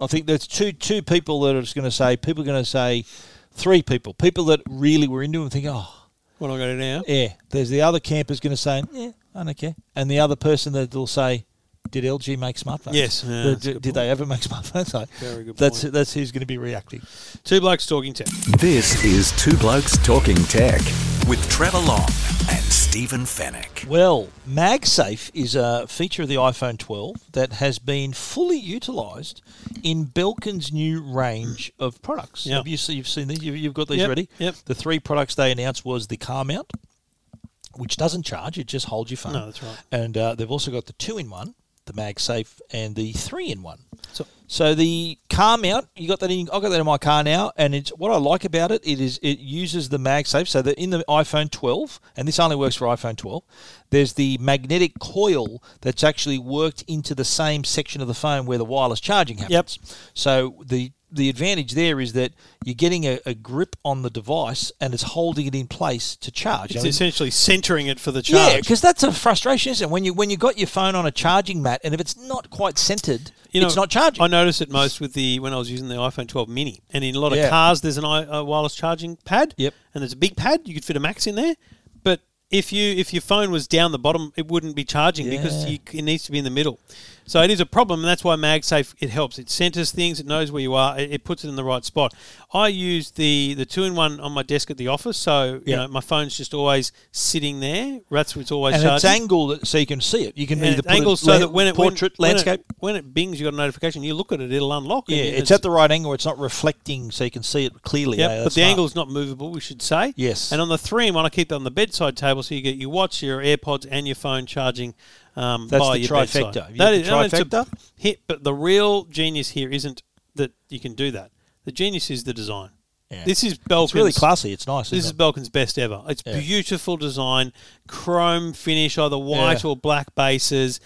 C: I think there's two two people that are just going to say people are going to say three people people that really were into them think oh
A: What am I going to do now?
C: yeah there's the other camper's going to say yeah I don't care and the other person that will say did LG make smartphones
A: Yes, yeah,
C: Did-
A: that's a
C: did,
A: good
C: they ever make smartphones like,
A: Very good
C: that's
A: point.
C: that's who's going to be reacting
A: Two blokes talking tech.
D: This is Two Blokes Talking Tech with Trevor Long and Stephen Fennec.
C: Well, MagSafe is a feature of the iPhone 12 that has been fully utilised in Belkin's new range of products.
A: Yeah.
C: Have you seen, you've seen these? You've, you've got these
A: Yep,
C: ready?
A: yep.
C: The three products they announced was the car mount, which doesn't charge; it just holds your phone.
A: No, that's right.
C: And uh, they've also got the two-in-one, the MagSafe, and the three-in-one.
A: So,
C: So the car mount, you got that in. I got that in my car now, and it's what I like about it. It is it uses the MagSafe. So that in the iPhone 12, and this only works for iPhone 12. There's the magnetic coil that's actually worked into the same section of the phone where the wireless charging happens. So the the advantage there is that you're getting a, a grip on the device and it's holding it in place to charge. I
A: it's
C: mean,
A: essentially centering it for the
C: yeah,
A: charge.
C: because that's a frustration, isn't it? When you when you got your phone on a charging mat and if it's not quite centered,
A: You know,
C: it's not charging.
A: I noticed it most with the when I was using the iPhone 12 mini, and in a lot of
C: Yeah.
A: cars there's an i a wireless charging pad.
C: Yep.
A: And there's a big pad. You could fit a Max in there, but if you if your phone was down the bottom, it wouldn't be charging because
C: Yeah.
A: you, it needs to be in the middle. So it is a problem, and that's why MagSafe it helps. It centers things. It knows where you are. It, it puts it in the right spot. I use the the two in one on my desk at the office, so you
C: Yeah.
A: know my phone's just always sitting there. That's where it's always
C: and
A: charging.
C: it's angled so you can see it. You can
A: And
C: either
A: it's
C: put it
A: angled so
C: la-
A: that when it
C: portrait
A: when,
C: landscape.
A: when it, when it bings, you got a notification. You look at it, it'll unlock. and
C: yeah,
A: it-
C: it's, at the right angle. It's not reflecting, so you can see it clearly.
A: Yep,
C: Yeah,
A: but
C: that's
A: the
C: smart.
A: angle's not movable. We should say
C: Yes.
A: And on the three in one, I keep that on the bedside table, so you get your watch, your AirPods, and your phone charging. Um,
C: That's
A: by
C: the
A: your
C: trifecta.
A: bedside.
C: You've got
A: That
C: the
A: is- no, it's a
C: trifecta.
A: hit, but the real genius here isn't that you can do that. The genius is the design.
C: Yeah.
A: This is Belkin's.
C: It's really classy. It's nice.
A: This is
C: isn't
A: Belkin's best ever. It's
C: Yeah.
A: beautiful design, chrome finish, either white
C: Yeah.
A: or black bases.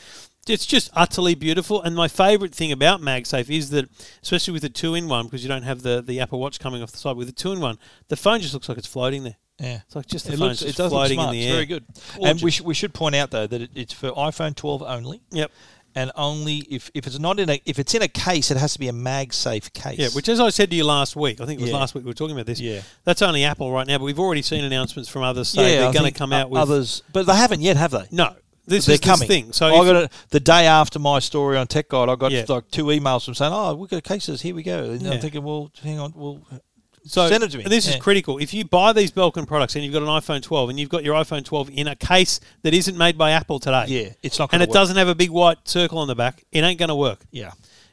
A: it's just utterly beautiful. And my favourite thing about MagSafe is that, especially with the two in one, because you don't have the, the Apple Watch coming off the side, with the two in one, the phone just looks like it's floating there.
C: Yeah.
A: It's like just the
C: It
A: phone's
C: looks, it
A: just
C: does look
A: floating in
C: smart.
A: the
C: It's
A: air.
C: very good. And we, sh- we should point out though that it, it's for iPhone 12 only.
A: Yep.
C: And only if, if it's not in a if it's in a case, it has to be a MagSafe case.
A: Yeah, which, as I said to you last week, I think it was
C: Yeah.
A: last week we were talking about this.
C: Yeah.
A: That's only Apple right now, but we've already seen announcements from others saying
C: I
A: they're going
C: think
A: to come
C: o-
A: out with.
C: others, but they haven't yet, have they?
A: No, this
C: they're
A: is
C: coming.
A: this thing. So
C: I
A: if-
C: got a, the day after my story on Tech Guide, I got
A: Yeah.
C: like two emails from saying, "Oh, we've got cases. Here we go." And
A: Yeah.
C: I'm thinking, "Well, hang on, well,
A: So
C: send them to me."
A: and This
C: Yeah.
A: is critical. If you buy these Belkin products and you've got an iPhone 12 and you've got your iPhone 12 in a case that isn't made by Apple today,
C: Yeah, it's not.
A: and
C: gonna
A: it
C: work.
A: doesn't have a big white circle on the back, it ain't going to work.
C: Yeah,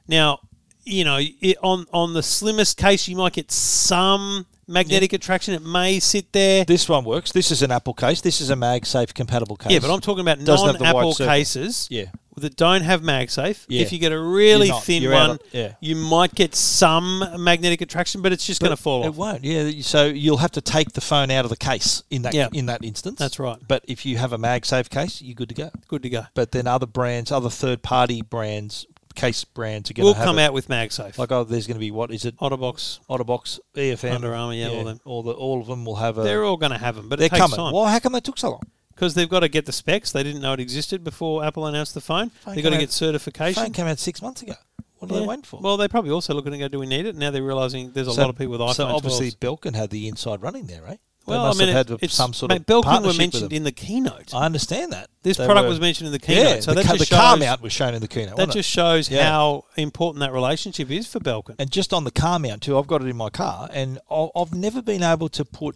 A: Now, you know, it, on on the slimmest case, you might get some magnetic attraction. It may sit there.
C: this one works. This is an Apple case. This is a MagSafe compatible case.
A: yeah, but I'm talking about
C: Doesn't have the
A: non-Apple
C: white circle.
A: cases.
C: Yeah.
A: That don't have MagSafe.
C: Yeah.
A: If you get a really
C: You're not-
A: thin
C: you're out
A: one,
C: of- yeah.
A: you might get some magnetic attraction, but it's just going to fall
C: It
A: off.
C: won't. Yeah, so you'll have to take the phone out of the case in that
A: Yeah.
C: in that instance.
A: That's right.
C: But if you have a MagSafe case, you're good to go.
A: Good to go.
C: But then other brands, other third party brands, case brands are going to
A: We'll
C: have
A: come
C: it.
A: out with MagSafe.
C: Like oh, there's going to be what is it?
A: Otterbox.
C: OtterBox, EFM,
A: Under Armour, yeah, all them.
C: all the all of them will have a.
A: They're all going to have them, but
C: they're
A: it takes
C: coming.
A: time
C: Well, how come they took so long?
A: because they've got to get the specs. They didn't know it existed before Apple announced the phone.
C: Phone
A: they've got to
C: came
A: get
C: out-
A: certification.
C: Phone came out six months ago. What are
A: Yeah.
C: they waiting for?
A: Well, they probably also looking to go, do we need it? Now they're realizing there's a lot of people with iPhone
C: So obviously,
A: 12s.
C: Belkin had the inside running there, right? They
A: well, I
C: must
A: mean,
C: have
A: it-
C: had
A: it's,
C: some sort
A: mate,
C: of
A: Belkin
C: partnership
A: were
C: with
A: mentioned
C: them.
A: in the keynote.
C: I understand that
A: This
C: They
A: product
C: were-
A: was mentioned in the keynote,
C: Yeah,
A: so
C: the,
A: that
C: ca-
A: just
C: the car
A: shows-
C: mount was shown in the keynote.
A: That
C: wasn't it?
A: just shows
C: Yeah.
A: how important that relationship is for Belkin.
C: and just on the car mount too. I've got it in my car, and I- I've never been able to put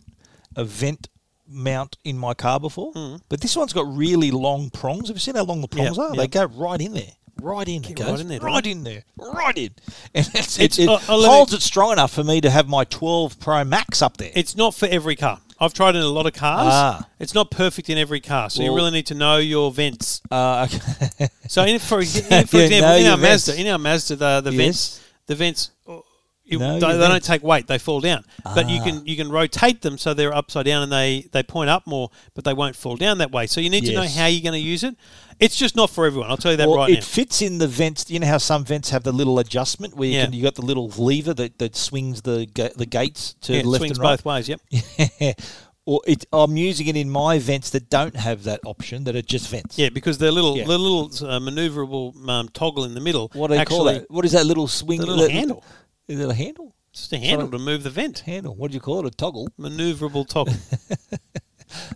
C: a vent mount in my car before. But this one's got really long prongs. Have you seen how long the prongs
A: Hmm. Yeah,
C: are?
A: yeah.
C: They go right in there, right in. it
A: right
C: goes
A: in there,
C: right
A: don't
C: in there, right in. And it's,
A: It's-
C: it, it
A: uh, uh, let me-
C: holds it strong enough for me to have my 12 Pro Max up there.
A: It's not for every car. I've tried it in a lot of cars.
C: Ah.
A: It's not perfect in every car, so you
C: Well-
A: really need to know your vents.
C: uh, okay.
A: So, in, for, ex- in, for
C: Yeah,
A: example,
C: know
A: in
C: your
A: our
C: vents.
A: Mazda, in our Mazda, the, the
C: Yes.
A: vents, the vents, oh, you,
C: Know
A: they,
C: your
A: they don't
C: vents.
A: take weight; they fall down. But
C: Ah.
A: you can you can rotate them so they're upside down and they they point up more, but they won't fall down that way. So you need to know
C: Yes.
A: how you're going to use it. It's just not for everyone. I'll tell you that
C: Well,
A: right
C: it
A: now.
C: fits in the vents. You know how some vents have the little adjustment where you
A: Yeah.
C: can, you got the little lever that, that swings the ga- the gates to
A: Yeah,
C: the
A: it
C: left
A: swings
C: and right.
A: both ways. Yep.
C: or it, I'm using it in my vents that don't have that option, that are just vents.
A: Yeah, because the little
C: Yeah.
A: the little uh, maneuverable um, toggle in the middle.
C: What do they
A: actually,
C: call that? What is that little swing?
A: The little handle.
C: Is it a handle?
A: It's just a handle to move the vent.
C: Handle. What do you call it? A toggle.
A: Maneuverable toggle.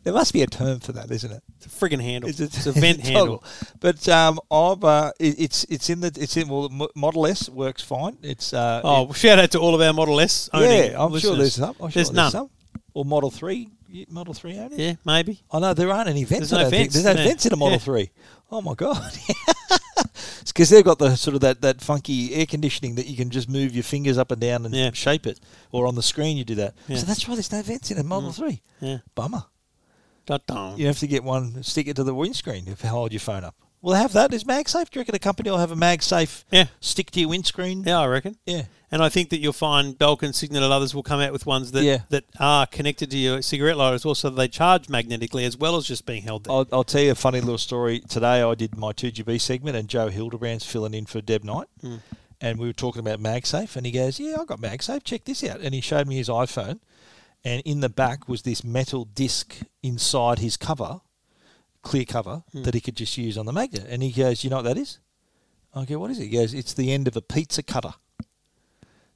C: There must be a term for that, isn't it?
A: It's a friggin' handle. It's,
C: a-
A: a vent handle.
C: toggle. But um, I've, uh, it, it's it's in the it's in well, Mo- Model S works fine. It's uh,
A: Oh, shout out to all of our Model S
C: it-
A: owning
C: yeah. I'm sure
A: listeners.
C: there's some. I'm sure
A: there's none.
C: some. Or Model Three, you- Model Three only.
A: Yeah, maybe.
C: Oh no, there aren't any
A: There's
C: vents.
A: no
C: I don't think.
A: vents,
C: There's no
A: no.
C: vents in a Model
A: Yeah.
C: Three. Oh my god. It's because they've got the sort of that, that funky air conditioning that you can just move your fingers up and down and
A: Yeah.
C: shape it, or on the screen you do that.
A: Yeah. Mm.
C: So that's why there's no vents in a Model Three.
A: Yeah.
C: Bummer.
A: Dun-dun.
C: You have to get one, stick it to the windscreen if hold your phone up. We'll have that. Is MagSafe? Do you reckon a company will have a MagSafe?
A: Yeah.
C: Stick to your windscreen.
A: Yeah, I reckon.
C: Yeah.
A: And I think that you'll find Belkin, Signet, and others will come out with ones that
C: Yeah.
A: that are connected to your cigarette lighter as well, so they charge magnetically as well as just being held there.
C: I'll, I'll tell you a funny little story. Today I did my 2GB segment and Joe Hildebrand's filling in for Deb Knight. And we were talking about MagSafe and he goes, yeah, I got MagSafe. Check this out. And he showed me his iPhone. And in the back was this metal disc inside his cover, clear cover, that he could just use on the magnet. And he goes, you know what that is? I go, what is it? He goes, it's the end of a pizza cutter.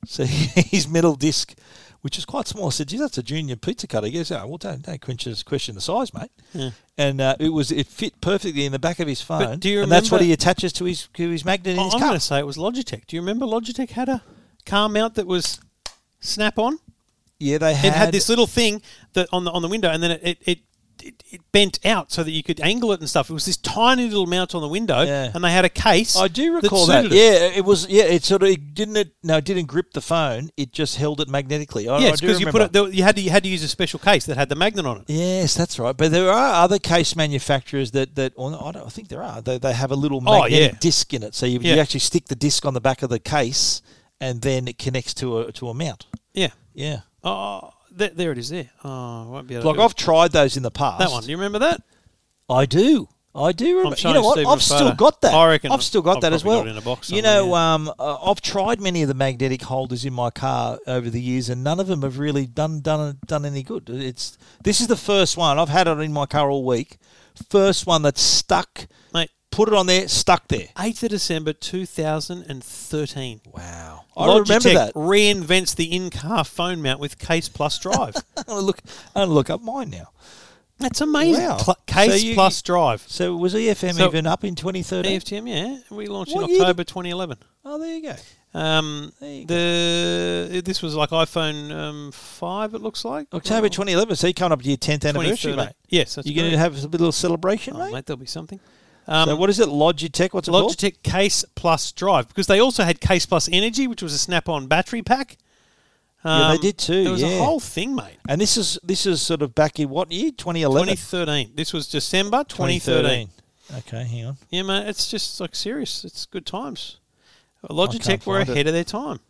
C: So his metal disc, which is quite small, I said, "Gee, that's a junior pizza cutter." He goes, "Oh, well, don't don't question, question the size, mate." And uh, it was it fit perfectly in the back of his phone,
A: do you
C: and that's what
A: remember-
C: he attaches to his to his magnet in
A: Oh,
C: his
A: I'm
C: car.
A: going to say it was Logitech. Do you remember Logitech had a car mount that was snap on?
C: Yeah, they had,
A: It had this little thing that on the on the window, and then it. it, it it, it bent out so that you could angle it and stuff. It was this tiny little mount on the window,
C: Yeah.
A: and they had a case.
C: I do recall
A: that.
C: that.
A: suited it.
C: Yeah, it was. Yeah, it sort of it didn't. It, no, it didn't grip the phone. It just held it magnetically. I,
A: yes, because
C: because
A: you put it. There, you had to you had to use a special case that had the magnet on it.
C: Yes, that's right. But there are other case manufacturers that that or I don't I think there are. They, they have a little
A: Oh,
C: magnetic
A: yeah.
C: disc in it, so you,
A: Yeah.
C: you actually stick the disc on the back of the case, and then it connects to a to a mount.
A: Yeah.
C: Yeah,
A: Oh, there, there it is. There. Oh, I won't be able to.
C: like
A: do it.
C: I've tried those in the past.
A: that one. Do you remember that?
C: I do. I do remember. You
A: showing
C: know what?
A: Stephen
C: I've
A: a
C: still
A: photo.
C: got that.
A: I reckon
C: I've still got
A: I've
C: that as
A: probably
C: well.
A: got it in a box
C: you
A: somewhere,
C: know,
A: yeah.
C: um, uh, I've tried many of the magnetic holders in my car over the years, and none of them have really done done done any good. It's this is the first one I've had it in my car all week. First one that's stuck.
A: Mate,
C: Put it on there, stuck there.
A: 8th of December 2013.
C: Wow, I
A: Logitech
C: remember that.
A: reinvents the in-car phone mount with Case Plus Drive.
C: I'm gonna look, I'm gonna look up mine now.
A: That's amazing.
C: Wow.
A: Cl-
C: So
A: Case
C: you-
A: Plus Drive.
C: So was EFM
A: So- E
C: even up in 2013?
A: EFTM, yeah. We launched
C: Eh? What
A: in
C: year did-
A: October 2011.
C: Oh, there you go.
A: Um,
C: There you
A: the this was like iPhone um, five. It looks like
C: October 2011. So you're coming up to your 10th anniversary,
A: 2013.
C: mate.
A: Yes, that's
C: you going to
A: correct.
C: have a little celebration,
A: Oh,
C: mate?
A: mate, there'll be something. Um,
C: so what is it? Logitech? What's it called?
A: Logitech Case Plus Drive because they also had Case Plus Energy, which was a snap-on battery pack.
C: Yeah, they
A: Um,
C: did too,
A: There was
C: yeah.
A: a whole thing, mate.
C: And this is this is sort of back in what year? 2011.
A: 2013. This was December 2013.
C: Okay, hang on.
A: Yeah, mate, it's just like serious. It's good times.
C: can't
A: Logitech were
C: find it.
A: ahead of their time.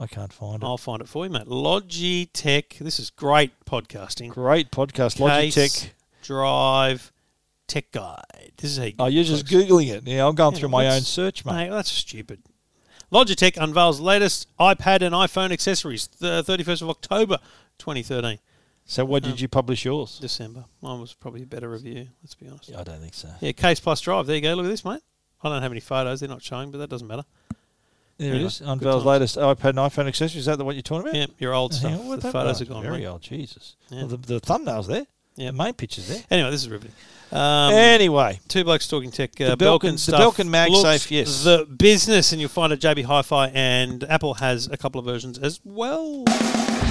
C: I can't find it.
A: I'll find it for you, mate. Logitech. This is great podcasting.
C: Great podcast, Logitech.
A: Case, drive, tech guide. This is how you
C: Oh, you're just googling it. Yeah, I'm going through my
A: what's-
C: own search, mate.
A: Mate, that's stupid. Logitech unveils latest iPad and iPhone accessories, the 31st of October 2013.
C: So why did you publish yours?
A: December. Mine was probably a better review, let's be honest.
C: I don't think so.
A: Yeah, Case Plus Drive. There you go. Look at this, mate. I don't have any photos. They're not showing, but that doesn't matter.
C: There it
A: Anyway,
C: is.
A: good times.
C: Unveils latest iPad and iPhone accessories. Is that the what you're talking about?
A: Yeah, your old
C: Hang
A: stuff.
C: on, what
A: the
C: that
A: photos
C: was?
A: are gone,
C: Very
A: mate.
C: old, Jesus.
A: Yeah.
C: Well, the, the thumbnail's there.
A: Yeah.
C: The main picture's there.
A: Anyway, this is riveting. Um,
C: anyway,
A: Two Blokes Talking Tech, uh,
C: The Belkin-
A: Belkin,
C: the
A: stuff.
C: Belkin MagSafe,
A: looks
C: yes.
A: The business, and you'll find it at JB Hi-Fi, and Apple has a couple of versions as well.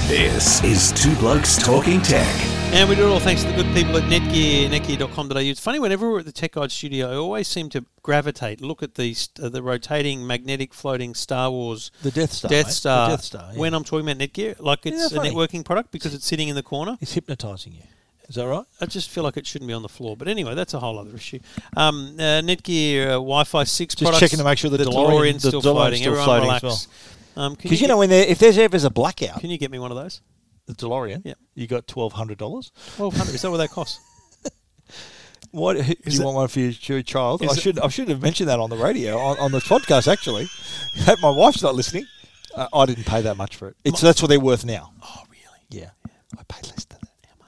D: This is Two Blokes Talking Tech.
A: And we do it all thanks to the good people at Netgear, netgear.com.au. It's funny, whenever we're at the Tech Guide studio, I always seem to gravitate, look at the, st- uh, the rotating magnetic floating Star Wars
C: the Death Star.
A: Death
C: mate.
A: Star,
C: The Death Star. yeah.
A: when I'm talking about Netgear. Like it's
C: Yeah,
A: a
C: funny.
A: networking product because it's sitting in the corner.
C: it's hypnotising you. Is that right?
A: I just feel like it shouldn't be on the floor. But anyway, that's a whole other issue. Um, uh, Netgear uh, Wi-Fi 6
C: Just
A: products.
C: checking to make sure the DeLorean-
A: DeLorean's
C: the
A: still
C: DeLorean's
A: floating.
C: still
A: Everyone
C: floating as
A: relax. Um, can
C: Because you know when there, if there's ever a blackout,
A: can you get me one of those?
C: the DeLorean,
A: Yeah.
C: you got twelve hundred dollars.
A: Twelve hundred. Is that what they cost?
C: What do you
A: it-
C: want one for your, your child? I
A: is it-
C: should I should have mentioned that on the radio on, on the podcast actually. Hope my wife's not listening. Uh, I didn't pay that much for it. It's that's what they're worth now.
A: Oh, really?
C: Yeah, I paid less than that. How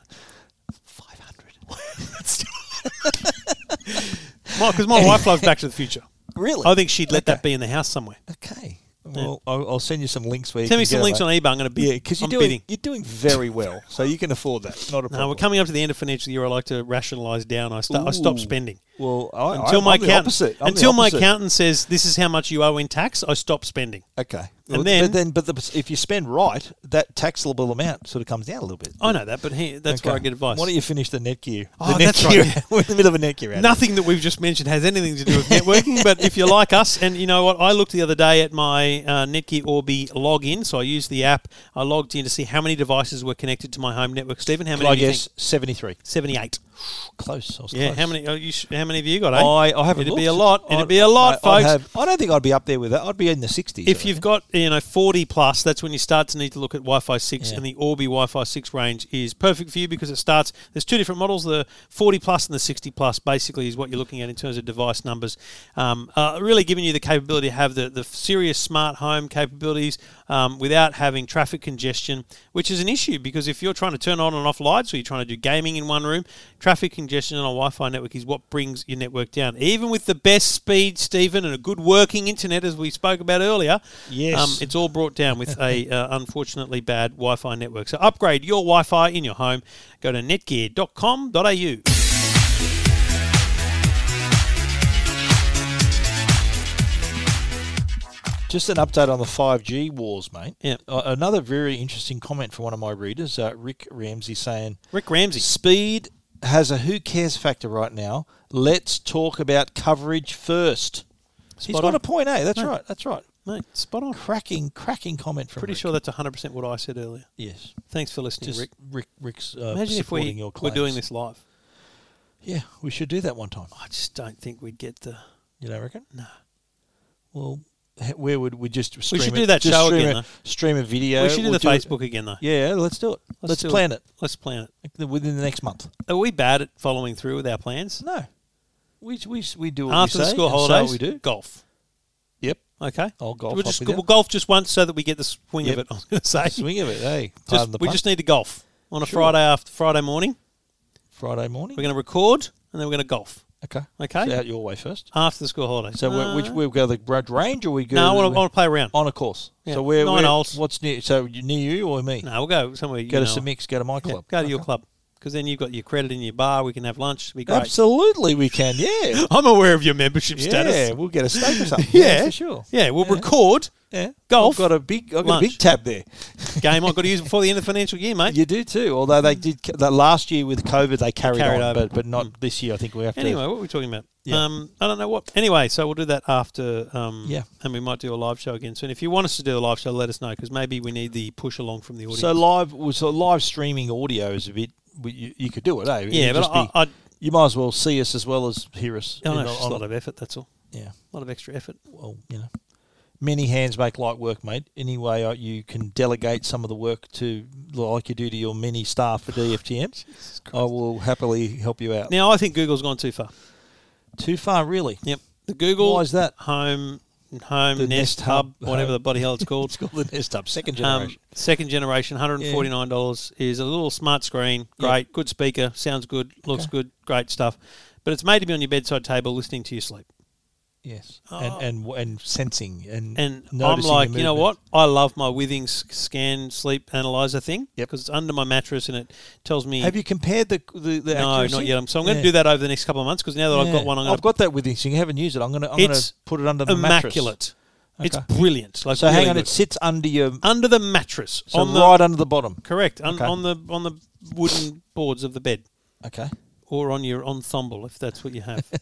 C: much? Five hundred.
A: Because my wife loves Back to the Future.
C: really?
A: I think she'd let that be in the house somewhere.
C: Okay. Well, I'll, I'll send you some links where you
A: Send me
C: can
A: some
C: get
A: links
C: it,
A: on eBay. I'm going to
C: mate.
A: bid.
C: Yeah, because you're
A: I'm
C: doing
A: bidding.
C: you're doing very well, so you can afford that. Not a problem.
A: No, we're coming up to the end of financial year. I like to rationalise down. I, sta- I stop
C: Ooh.
A: spending.
C: Well, I,
A: Until
C: I'm,
A: my
C: I'm the
A: accountant,
C: opposite. I'm the
A: until my
C: opposite.
A: accountant says this is how much you owe in tax, I stop spending.
C: Okay.
A: And
C: Well,
A: then-
C: but then, but the, if you spend right, that taxable amount sort of comes down a little bit.
A: I know that, but he, that's where I
C: Okay.
A: get advice.
C: Why don't you finish the Netgear?
A: Oh,
C: the
A: that's
C: Netgear-
A: right, yeah.
C: We're in the middle of a Netgear ad.
A: Nothing that we've just mentioned has anything to do with networking, but if you're like us, and you know what, I looked the other day at my uh, Netgear Orbi login, so I used the app. I logged in to see how many devices were connected to my home network. Stephen, how many?
C: I
A: do you
C: guess
A: think?
C: seventy-three.
A: seventy-eight.
C: Close. I was
A: Yeah,
C: close.
A: how many? Oh, you sh- how many of you got? Eh?
C: I, I haven't.
A: It'd
C: looked.
A: be a lot. It'd
C: I'd-
A: be a lot,
C: I, I'd
A: folks.
C: have- I don't think I'd be up there with that. I'd be in the sixties.
A: if you've got you know 40 plus that's when you start to need to look at wi-fi 6
C: Yeah.
A: and the orbi wi-fi 6 range is perfect for you because it starts there's two different models the 40 plus and the 60 plus basically is what you're looking at in terms of device numbers um, uh, really giving you the capability to have the, the serious smart home capabilities um, without having traffic congestion which is an issue because if you're trying to turn on and off lights or you're trying to do gaming in one room traffic congestion on a wi-fi network is what brings your network down even with the best speed stephen and a good working internet as we spoke about earlier
C: Yes.
A: um, it's all brought down with a uh, unfortunately bad Wi-Fi network. So upgrade your Wi-Fi in your home. Go to netgear.com.au.
C: Just an update on the 5G wars, mate.
A: Yeah.
C: Uh, another very interesting comment from one of my readers, uh, Rick Ramsey, saying
A: Rick Ramsey.
C: speed has a who cares factor right now. Let's talk about coverage first. He's
A: Spot
C: got
A: on.
C: a point, eh? That's
A: No.
C: right. That's right.
A: Mate, spot on.
C: Cracking, cracking comment from
A: Pretty
C: Rick.
A: sure that's 100% what I said earlier.
C: Yes.
A: Thanks for listening,
C: Just
A: Rick.
C: Rick, Rick Rick's uh,
A: Imagine if
C: supporting
A: we
C: your
A: were
C: claims.
A: doing this live.
C: Yeah, we should do that one time.
A: I just don't think we'd get the.
C: You don't reckon?
A: No.
C: Well, h- where would we just? Stream
A: should
C: it-
A: do that
C: just
A: show
C: stream
A: again,
C: A,
A: though.
C: stream a video.
A: we should do
C: We'll
A: the
C: it-
A: Facebook again, though.
C: Yeah, let's do it. Let's,
A: do
C: plan it.
A: Let's plan it.
C: within the next month.
A: Are we bad at following through with our plans?
C: No. We, we, we do what
A: After
C: we
A: the
C: say,
A: school
C: and say what
A: holidays,
C: we do.
A: golf.
C: Yep.
A: Okay.
C: I'll golf
A: We'll
C: up
A: just,
C: with
A: we'll
C: you.
A: golf just once so that we get the swing
C: Yep.
A: of it. I was going to say.
C: Swing of it, hey. Pardon
A: Just,
C: Uh, the
A: we
C: pun.
A: just need to golf on a
C: Sure.
A: Friday after Friday morning.
C: Friday morning.
A: We're going to record and then we're going to golf.
C: Okay. Uh,
A: Okay.
C: So out your way first.
A: After the school holidays. Uh,
C: So we're, which Oh. we'll go the Broad Range or we go
A: no, I want to, I want to play around.
C: on a course.
A: Yeah,
C: So where
A: nine
C: where-
A: holes.
C: What's near? So you- near you or me?
A: No, we'll go somewhere. you
C: Go to
A: know.
C: some mix. Go to my
A: Yeah,
C: club.
A: go to your club because then you've got your credit in your bar. We can have lunch. It'll be great.
C: Absolutely, we can. Yeah.
A: I'm aware of your membership
C: Yeah,
A: status.
C: we'll get a steak or something.
A: Yeah.
C: for sure.
A: Yeah, we'll record
C: Yeah,
A: Golf,
C: I've got a big, I've got a
A: lunch.
C: big tab there.
A: game. I've got to use it before the end of the financial year, mate.
C: You do too. Although they did ca- that last year with COVID, they carried,
A: Carried
C: on,
A: over. Mm.
C: but but not this year. I think we have to.
A: Anyway, what were we talking about?
C: Yeah.
A: Um, I don't know what. Anyway, so we'll do that after. Um,
C: Yeah.
A: And we might do a live show again soon. If you want us to do a live show, let us know because maybe we need the push along from the audience.
C: so live, well, so live streaming audio is a bit. we- You, you could do it, eh? It'd
A: yeah, but
C: just
A: I, Oh,
C: be-
A: I, I
C: you might as well see us as well as hear us.
A: don't know, it's
C: you know,
A: just a
C: on-
A: lot of effort. That's all.
C: yeah.
A: A lot of extra effort.
C: Well, you know, many hands make light work, mate. Any way uh, you can delegate some of the work to, like you do to your mini staff at E DFTM, I will happily help you out.
A: Now I think Google's gone too far.
C: Too far, really.
A: Yep. The Google
C: Why is that?
A: Home Home
C: The
A: Nest,
C: Nest
A: Hub,
C: Hub.
A: whatever the bloody hell it's called.
C: It's called the Nest Hub, second
A: Um,
C: generation.
A: second generation, $149 is a little smart screen.
C: Yeah.
A: Great. Good speaker. Sounds good. Looks good. Great stuff. But it's made to be on your bedside table listening to your sleep.
C: yes, and, and and sensing and
A: oh. And I'm
C: noticing your
A: like, you know
C: movement.
A: what? I love my Withings scan sleep analyzer thing
C: Yep.
A: because it's under my mattress and it tells me.
C: Have you compared the the, the
A: no,
C: accuracy?
A: not yet. I'm- So I'm going to
C: Yeah.
A: do that over the next couple of months because now that I've
C: Yeah. Oh,
A: got one, I'm going
C: I've got that with this thing. I haven't used it. I'm going to I'm going
A: It's
C: to put it under the mattress.
A: immaculate. It's
C: Okay.
A: brilliant. Like
C: So
A: really
C: hang on,
A: good.
C: it sits under your
A: under the mattress
C: so
A: on the
C: right under the bottom.
A: correct on,
C: Okay.
A: on the on the wooden boards of the bed
C: Okay.
A: or on your ensemble if that's what you have. Is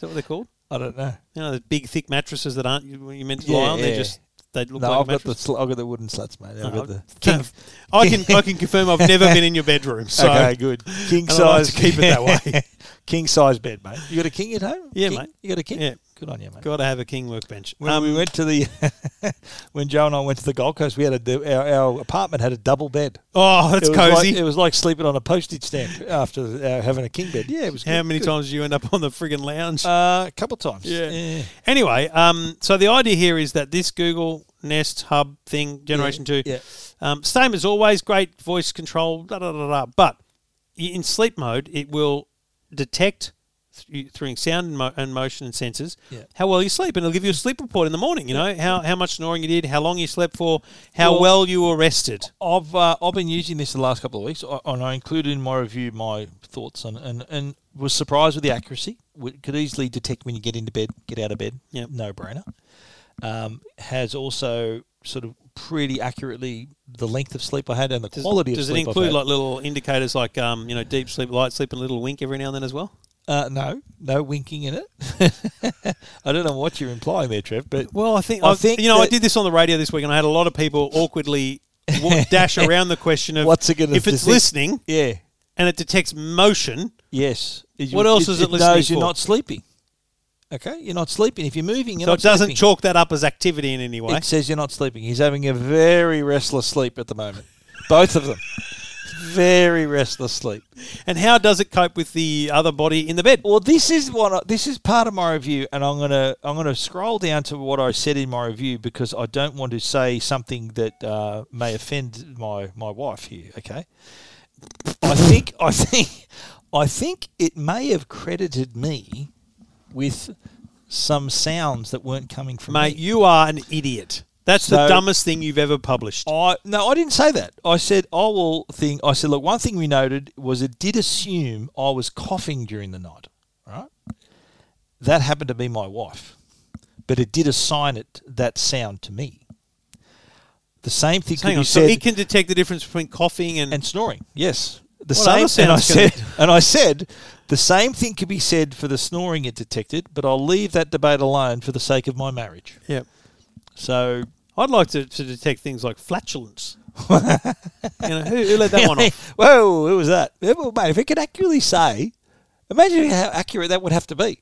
A: that what they're called?
C: I don't know.
A: You know, the big thick mattresses that aren't you you meant to lie
C: Yeah,
A: on.
C: yeah.
A: They're just they look
C: No,
A: like
C: I've
A: a
C: got the
A: mattress.
C: sl- I've got the wooden slats, mate. I've got
A: No,
C: the
A: I've- I can I can confirm I've never been in your bedroom. So
C: okay, good king
A: I like
C: size.
A: to keep it that way.
C: king size bed, mate. You got a king at home?
A: Yeah,
C: King?
A: mate.
C: You got a king?
A: Yeah.
C: Good on you, mate.
A: got to have a king workbench. Um,
C: When we went to the when Joe and I went to the Gold Coast, we had a du- our, our apartment had a double bed.
A: Oh, that's
C: it was like-
A: cozy.
C: it was like sleeping on a postage stamp after uh, having a king bed. Yeah, it was.
A: How
C: good,
A: many
C: good.
A: times did you end up on the friggin' lounge?
C: Uh, a couple times.
A: Yeah. Anyway, um, so the idea here is that this Google Nest Hub thing, Generation Two,
C: Yeah, yeah.
A: Um, same as always, great voice control, da da da da. But i- in sleep mode, it will detect th- through sound and, mo- and motion and sensors
C: Yeah.
A: how well you sleep, and it'll give you a sleep report in the morning. You know how how much snoring you did, how long you slept for, how well,
C: Well-
A: you were rested.
C: I've uh, I've been using this the last couple of weeks, I, and I included in my review my thoughts on and and was surprised with the accuracy. W- Could easily detect when you get into bed, get out of bed.
A: Yep.
C: no brainer. Um, has also sort of pretty accurately the length of sleep I had and the
A: Does,
C: quality
A: does
C: of sleep.
A: it
C: I've
A: include
C: had.
A: like little indicators like um, you know deep sleep, light sleep, and a little wink every now and then as well?
C: Uh, no, no winking in it. I don't know what you're implying there, Trev, but
A: Well, I think
C: I
A: I think
C: think
A: you know I
C: that-
A: did this on the radio this week, and I had a lot of people awkwardly wa- dash around the question of
C: What's it gonna
A: if it's
C: detect?
A: listening
C: yeah,
A: and it detects motion.
C: yes.
A: What else is it listening
C: knows you're
A: for?
C: not sleeping. Okay, you're not sleeping. If you're moving, you're
A: So
C: not
A: it doesn't
C: sleeping.
A: chalk that up as activity in any way.
C: It says you're not sleeping. He's having a very restless sleep at the moment. Both of them. Very restless sleep.
A: and how does it cope with the other body in the bed?
C: Well, this is what I, this is part of my review, and I'm gonna I'm gonna scroll down to what I said in my review because I don't want to say something that uh, may offend my my wife here. Okay, I think I think I think it may have credited me with some sounds that weren't coming from
A: Mate,
C: me.
A: you are an idiot. That's the
C: So- Oh,
A: dumbest thing you've ever published.
C: I no, I didn't say that. I said I will think. I said, look, one thing we noted was it did assume I was coughing during the night. Right, that happened to be my wife, but it did assign it that sound to me. The same thing could
A: Hang
C: be
A: on, so
C: said
A: it can detect the difference between coughing and,
C: and snoring. Yes, the
A: What other
C: same. And I
A: sounds can
C: said, and I said, the same thing could be said for the snoring it detected, but I'll leave that debate alone for the sake of my marriage.
A: yeah.
C: So
A: I'd like to, to detect things like flatulence. you know, who, who let that one off?
C: Whoa, who was that? Yeah, well, mate, if it could accurately say, imagine how accurate that would have to be.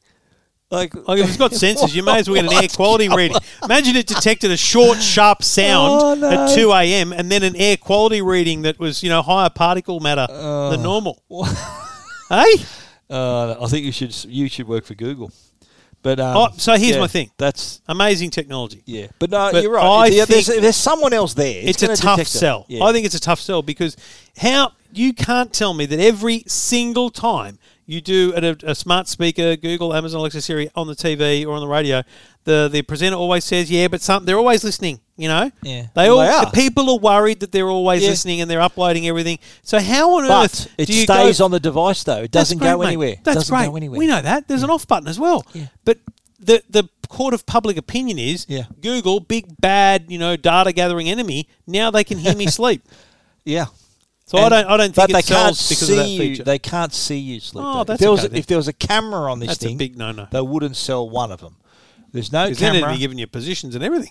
C: Like,
A: Like if it's got sensors, you may as well get an air quality reading. Imagine it detected a short, sharp sound
C: Oh, no.
A: at two a.m. and then an air quality reading that was, you know, higher particle matter than normal. hey,
C: Uh, I think you should you should work for Google. But um,
A: Oh, so here's
C: yeah,
A: my thing.
C: That's
A: Amazing technology.
C: yeah. But no,
A: But
C: you're right.
A: I
C: Yeah, there's,
A: think-
C: there's someone else there.
A: It's,
C: gonna
A: a tough
C: detect it.
A: sell.
C: Yeah.
A: I think it's a tough sell because how you can't tell me that every single time you do at a, a smart speaker, Google, Amazon, Alexa, Siri on the TV or on the radio, the the presenter always says, "Yeah, but some they're always listening." You know,
B: Yeah.
A: they all
C: Well, they are.
A: the people are worried that they're always
C: Yeah.
A: listening and they're uploading everything. So how on
B: But
A: earth
B: it
A: do you
B: stays
A: go,
B: on the device though. It doesn't
A: That's great,
B: go
A: mate.
B: anywhere.
A: That's
B: doesn't
A: great.
B: go anywhere.
A: We know that. There's an off button as well.
B: Yeah.
A: But the the court of public opinion is
B: Yeah.
A: Google, big bad, you know, data gathering enemy. Now they can hear me sleep.
B: Yeah.
A: So I don't I don't
B: But
A: think
B: they
A: it
B: can't
A: sells because
B: see
A: of that
B: you.
A: feature.
B: They can't see you sleep.
A: Oh,
B: though.
A: that's
B: if there,
A: okay
B: was,
A: then.
B: if there was a camera on this
A: That's a
B: thing,
A: big no-no.
B: They wouldn't sell one of them. There's no
A: 'Cause then it'd
B: camera.
A: be giving you positions and everything.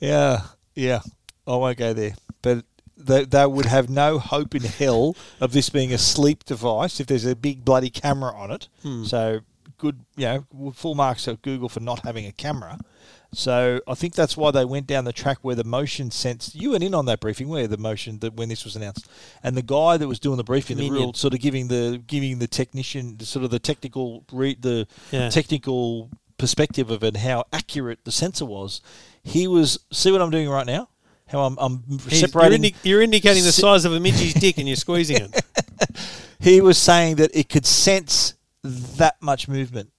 B: yeah.
C: Yeah, I won't go there. But they, they would have no hope in hell of this being a sleep device if there's a big bloody camera on it. So good, you know, full marks at Google for not having a camera. So I think that's why they went down the track where the motion sense. You went in on that briefing, where the motion that when this was announced, and the guy that was doing the briefing, the
A: Minion.
C: real sort of giving the giving the technician the sort of the technical re, the
A: Yeah.
C: technical perspective of it, how accurate the sensor was. He was see what I'm doing right now. How I'm, I'm
A: You're,
C: separating.
A: indi- you're indicating the
C: Se-
A: size of a midgie's dick and you're squeezing it.
C: he was saying that it could sense that much movement.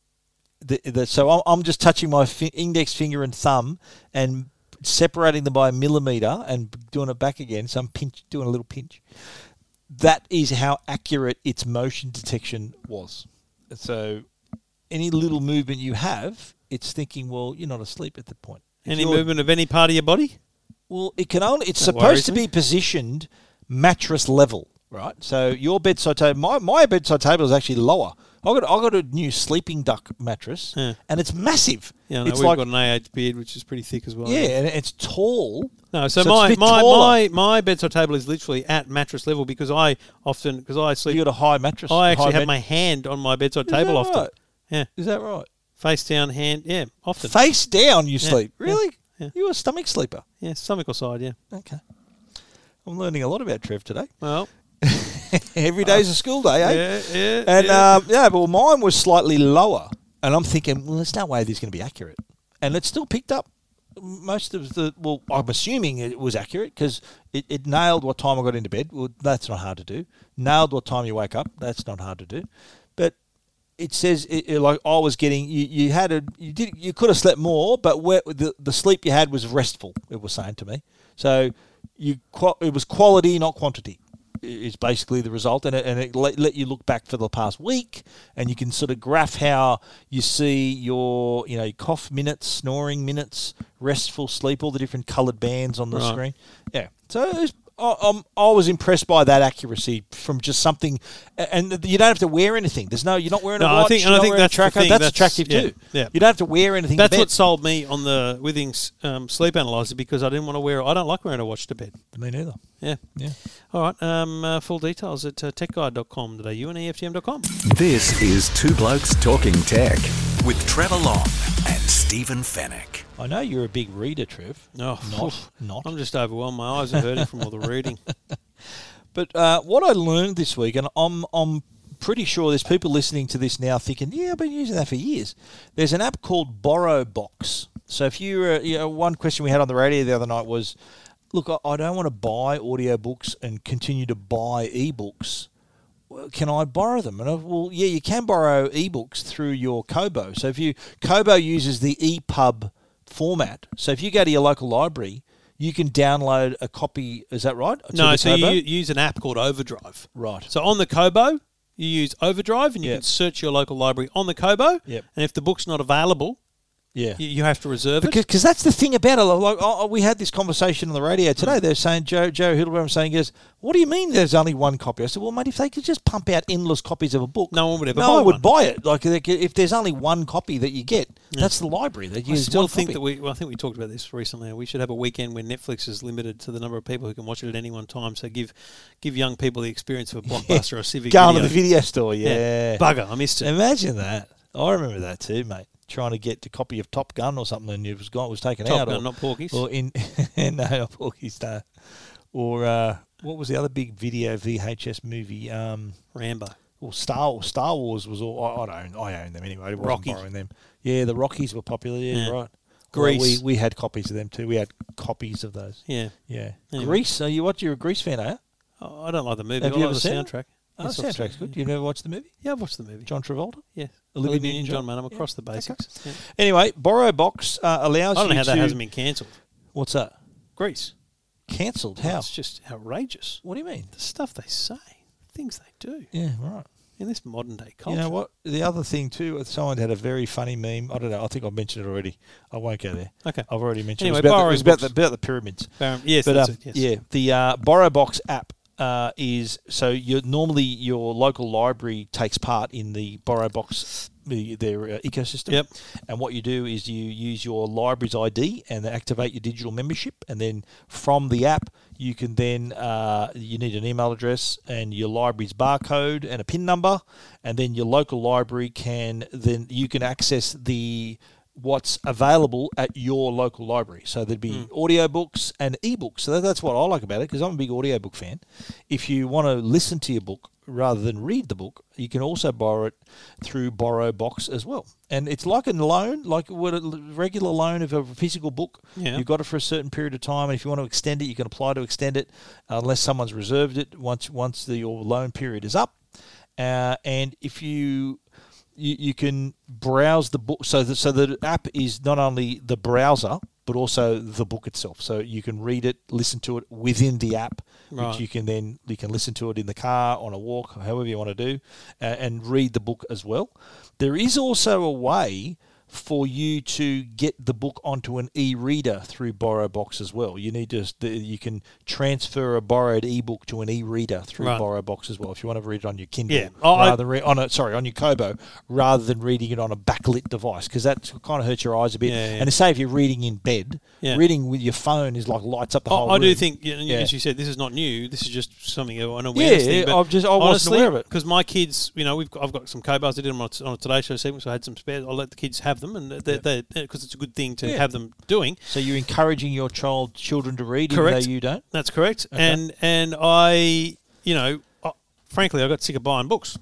C: The, the, so I'm, I'm just touching my fi- index finger and thumb and separating them by a millimeter and doing it back again. So I'm pinch, doing a little pinch. That is how accurate its motion detection was. So any little movement you have, it's thinking, well, you're not asleep at that point. If
A: Any
C: you're-
A: movement of any part of your body?
C: well, it can only. It's
A: That
C: supposed
A: worries
C: to be positioned mattress level, right? So your bedside table, my, my bedside table is actually lower. I got I got a new sleeping duck mattress,
A: Yeah.
C: and it's massive.
A: Yeah, no,
C: it's
A: we've got an AH beard which is pretty thick as well.
C: yeah, and it's tall.
A: No, so,
C: it's a
A: my,
C: bit
A: my,
C: taller.
A: my my bedside table is literally at mattress level because I often because I sleep
C: you got a high mattress.
A: I actually
C: high
A: have
C: bed-
A: my hand on my bedside
C: Is
A: table
C: that
A: often.
C: right?
A: Yeah,
C: Is that right?
A: face down, hand. Yeah, often.
C: Face down, you sleep.
A: yeah,
C: Really?
A: yeah.
C: You're a stomach sleeper.
A: yeah, stomach or side. Yeah.
C: Okay. I'm learning a lot about Trev today.
A: Well.
C: Every day's a school day, eh?
A: Uh, Yeah, yeah.
C: And
A: yeah.
C: yeah. Um, yeah, well, mine was slightly lower, and I'm thinking, well, there's no way this is going to be accurate, and it still picked up most of the. Well, I'm assuming it was accurate because it, it nailed what time I got into bed. Well, that's not hard to do. Nailed what time you wake up. That's not hard to do, but. It says it, it- like I was getting you, you had a you did you could have slept more but where, the the sleep you had was restful it was saying to me so you qua- it was quality not quantity is basically the result, and it, and it let, let you look back for the past week, and you can sort of graph how you see your you know cough minutes, snoring minutes, restful sleep, all the different coloured bands on the
A: Right.
C: screen. Yeah, so it was, I, um, I was impressed by that accuracy from just something, a- and you don't have to wear anything. There's no you're not wearing
A: No,
C: a
A: I
C: watch.
A: think- and
C: you're
A: I
C: not
A: think
C: wearing a
A: that's the
C: tracker.
A: thing,
C: That's,
A: that's-
C: attractive
A: yeah,
C: too.
A: yeah.
C: You don't have to wear anything. to
A: That's
C: bed.
A: what sold me on the Withings um, sleep analyzer because I didn't want to wear. I don't like wearing a watch to bed.
C: me neither.
A: Yeah.
C: Yeah.
A: All right. Um, uh, full details at uh, techguide.com today. You and E EFTM.com.
D: This is Two Blokes Talking Tech with Trevor Long and Stephen Fennec.
C: I know you're a big reader, Trev.
A: Oh,
C: not not.
A: I'm just overwhelmed. My eyes are hurting from all the reading.
C: But uh, what I learned this week, and I'm I'm pretty sure there's people listening to this now thinking, yeah, I've been using that for years. There's an app called BorrowBox. So if you were, you know, one question we had on the radio the other night was, look, I, I don't want to buy audiobooks and continue to buy ebooks. Well, Can I borrow them? And I, well, yeah, you can borrow ebooks through your Kobo. So if you Kobo uses the E EPUB format, so if you go to your local library, you can download a copy. Is that right? To
A: no,
C: the
A: so you
C: Kobo?
A: u- use an app called Overdrive.
C: Right.
A: So on the Kobo, you use Overdrive and you
C: Yep.
A: can search your local library on the Kobo.
C: Yep.
A: And if the book's not available,
C: Yeah.
A: you, you have to reserve it.
C: Because cause that's the thing about it. Like, oh, oh, we had this conversation on the radio
A: Mm.
C: today. They're saying, Joe, Joe Hildebrand was saying, goes, what do you mean there's only one copy? I said, well, mate, if they could just pump out endless copies of a book,
A: No one would ever
C: no one
A: buy
C: would
A: one."
C: buy it. Like, they could- if there's only one copy that you get, that's the library. They
A: I
C: use
A: still
C: one
A: think
C: copy.
A: that we. Well, I think we talked about this recently. We should have a weekend where Netflix is limited to the number of people who can watch it at any one time. So give give young people the experience of a blockbuster or a civic.
C: Going
A: video.
C: to the video store, yeah.
A: bugger, I missed it.
C: Imagine that. I remember that too, mate. Trying to get the copy of Top Gun or something, and it was gone, it was taken
A: Top
C: out.
A: Gun,
C: or,
A: not Porky's.
C: Or in no, not Porky's no. Or uh, what was the other big video VHS movie? Um,
A: Rambo.
C: well, Star Wars, Star Wars was all I, I own. I own them anyway. I wasn't
A: Rocky.
C: borrowing them. Yeah, the Rockies were popular. Yeah,
A: Yeah.
C: right.
A: Grease.
C: Well, we we had copies of them too. We had copies of those.
A: Yeah.
C: Yeah.
A: Anyway.
C: Grease. Are you what? You're a Grease fan, are you?
A: Oh, I don't like the movie.
C: Have
A: I
C: you
A: like
C: ever
A: the
C: seen it?
A: soundtrack.
C: Oh,
A: Yes, I've
C: soundtrack's
A: seen it.
C: good. You've never watched the movie?
A: Yeah, I've watched the movie.
C: John Travolta.
A: yeah.
C: Olivia
A: Olivia
C: Newton-John.
A: Newton John Mann. I'm across the
C: okay.
A: basics. Yeah.
C: Anyway, Borrow Box uh, allows
A: I don't know
C: you
A: how that
C: to-
A: hasn't been cancelled.
C: What's that?
A: Greece.
C: Cancelled? How?
A: It's just outrageous.
C: What do you mean?
A: The stuff they say, things they do
C: Yeah, right.
A: in this modern day culture.
C: You know what? The other thing too, uh, someone had a very funny meme. I don't know. I think I've mentioned it already. I won't go there.
A: Okay.
C: I've already mentioned
A: Anyway,
C: it. It was about, the, it
A: borrowing
C: was about, the,
A: books.
C: about the pyramids.
A: Baron- yes,
C: but
A: that's
C: uh,
A: it, yes.
C: yeah, the uh, Borrow Box app uh, is so you normally your local library takes part in the Borrow Box the, their uh, ecosystem.
A: Yep.
C: And what you do is you use your library's ID and activate your digital membership, and then from the app you can then uh, you need an email address and your library's barcode and a PIN number, and then your local library can then you can access the what's available at your local library. So there'd be audiobooks and ebooks. So that, that's what I like about it because I'm a big audiobook fan. If you want to listen to your book rather than read the book, you can also borrow it through Borrow Box as well. And it's like a loan, like what a l- regular loan of a physical book.
A: Yeah.
C: You've got it for a certain period of time, and if you want to extend it, you can apply to extend it uh, unless someone's reserved it once once the, your loan period is up. Uh, and if you you, you can browse the book. So the, so the app is not only the browser but also the book itself. So you can read it, listen to it within the app,
A: Right.
C: which you can then you can listen to it in the car on a walk, however you want to do, uh, and read the book as well. There is also a way for you to get the book onto an e-reader through BorrowBox as well. You need to the- you can transfer a borrowed e-book to an e-reader through
A: Right.
C: BorrowBox as well if you want to read it on your Kindle
A: Yeah. Oh, I-
C: rather than re- on a sorry on your Kobo rather than reading it on a backlit device because that kind of hurts your eyes a bit.
A: Yeah, yeah.
C: And to say if you're reading in bed,
A: Yeah.
C: reading with your phone is like lights up the whole.
A: I, I do
C: room.
A: think, you know,
C: Yeah.
A: as you said, this is not new. This is just something of an awareness
C: Yeah,
A: thing.
C: yeah,
A: but
C: I've just- I wasn't
A: honestly,
C: aware of it.
A: because my kids, you know, we've got, I've got some co-bars. I did them on a, on a Today Show segment, so I had some spares. I let the kids have them, and because they, because it's a good thing to have them doing.
C: so. You're encouraging your child children to read,
A: Correct.
C: even though you don't.
A: That's correct. And and I, you know, I, frankly, I got sick of buying books.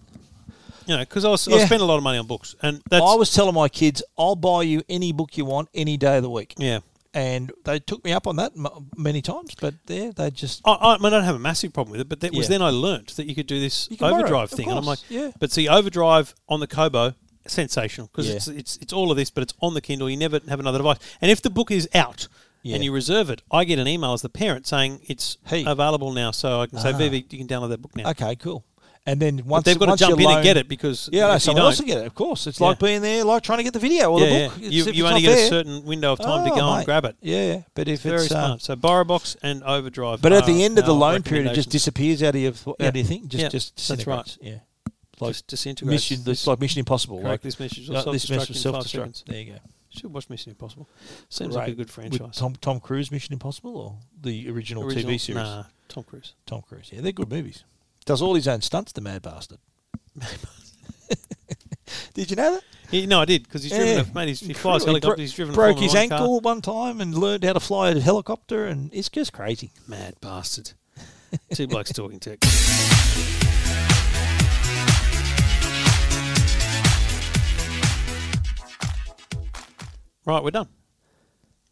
A: You know, because I, was I
C: Yeah.
A: spend a lot of money on books, and that's
C: I was telling my kids, I'll buy you any book you want any day of the week.
A: yeah.
C: And they took me up on that m- many times, but there they just
A: I, I, I mean, I don't have a massive problem with it, but that was
C: Yeah.
A: then I learnt that you could do this
C: You can borrow it,
A: overdrive
C: of
A: thing, and I'm like,
C: course, yeah.
A: But see, overdrive on the Kobo, sensational because
C: Yeah.
A: it's, it's it's all of this, but it's on the Kindle. You never have another device, and if the book is out
C: Yeah.
A: and you reserve it, I get an email as the parent saying it's
C: Hey. Ah.
A: available now, so I can say, Vivi, you can download that book now.
C: okay, cool. And then
A: But
C: once
A: they've got
C: once
A: to jump
C: your
A: in
C: loan-
A: and get it because
C: Yeah,
A: if
C: no,
A: you
C: someone else
A: don't-
C: will get it. Of course, it's
A: Yeah.
C: like being there, like trying to get the video or
A: Yeah,
C: the book.
A: yeah.
C: It's-
A: You,
C: if it's
A: you only
C: not
A: get a
C: there-
A: certain window of time to go
C: Oh,
A: and
C: mate.
A: grab it.
C: Yeah, yeah. but if
A: Very
C: it's uh,
A: smart. So borrow box and overdrive.
C: but at
A: are
C: the end of the
A: our
C: loan period, it
A: recommendations.
C: just disappears out of your th-
A: Yeah.
C: out of your thing. Just
A: Yeah,
C: just
A: that's right.
C: disintegrates. Yeah, like
A: just disintegrates.
C: mission. It's like Mission Impossible.
A: Correct.
C: Like
A: This message will
C: uh, this
A: self-destruct
C: mission
A: in
C: self
A: five
C: destruct.
A: seconds.
C: There you go.
A: Should watch Mission Impossible. Seems like a
C: Right.
A: good
C: With
A: franchise.
C: Tom Tom Cruise Mission Impossible or the original,
A: Original-
C: TV series.
A: Nah, Tom Cruise.
C: Tom Cruise. Yeah, they're good movies. Does all his own stunts, the mad bastard. Did you know that?
A: Yeah, no, I did because he's driven.
C: Yeah.
A: A, mate, he's, he flies
C: Incredible. He
A: helicopter.
C: bro-
A: He's driven. a
C: broke his
A: Formula One
C: ankle one time and learned how to fly a helicopter, and it's just crazy.
A: Car. Mad bastard. Two blokes talking tech. Right, we're done.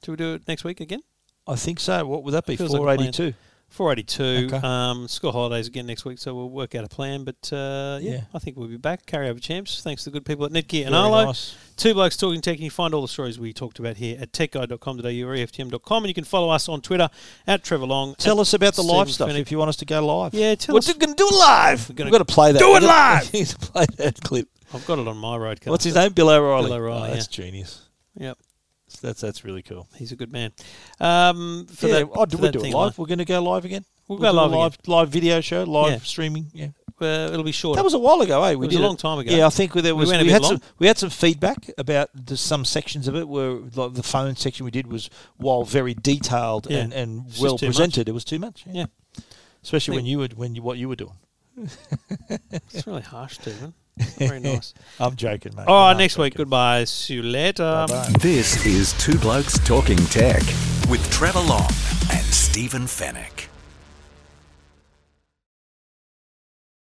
A: Should we do it next week again?
C: I think so. What would that be?
A: Feels like a
C: Four
A: plan.
C: eighty two.
A: 482.
C: Okay.
A: Um, school holidays again next week, so we'll work out a plan. But uh, yeah,
C: Yeah.
A: I think we'll be back. Carryover champs. Thanks to the good people at Netgear and Arlo. Two Blokes Talking Tech. And you find all the stories we talked about here at techguide.com.au or E EFTM.com. And you can follow us on Twitter at Trevor Long.
C: Tell
A: at
C: us about the
A: Stephen
C: live stuff
A: Finney.
C: if you want us to go live.
A: Yeah, tell
C: What's
A: us.
C: it going to do live?
A: We're
C: We're
A: gonna
C: going to play that.
B: do it
C: We're gonna-
B: live!
C: we need to play that clip.
A: I've got it on my road.
C: What's his name? Bill O'Reilly.
A: Bill O'Reilly,
C: Oh, that's genius.
A: Yep,
C: That's that's really cool.
A: he's a good man. Um, for
C: yeah,
A: that,
C: oh, do
A: for
C: we
A: that
C: do
A: thing,
C: it live? We're going to go live again.
A: We'll
C: We'll
A: go
C: do a
A: live again.
C: live live video show, live
A: Yeah.
C: streaming. Yeah.
A: Uh, it'll be shorter.
C: That was a while ago, eh? We
A: It was
C: did
A: a long time ago.
C: Yeah, I think there was
A: went a
C: we
A: bit
C: had
A: long.
C: some we had some feedback about the, some sections of it where like the phone section we did was while very detailed
A: Yeah.
C: and, and
A: It's just
C: well
A: too much.
C: presented, it was too much.
A: yeah,
C: especially
A: Think-
C: when you were when you, what you were doing.
A: it's really harsh, Stephen. It's not Very nice.
C: I'm joking, mate.
A: All right,
C: I'm
A: next week.
C: joking.
A: Goodbye. See you later.
C: Bye-bye.
D: This is Two Blokes Talking Tech with Trevor Long and Stephen Fennec.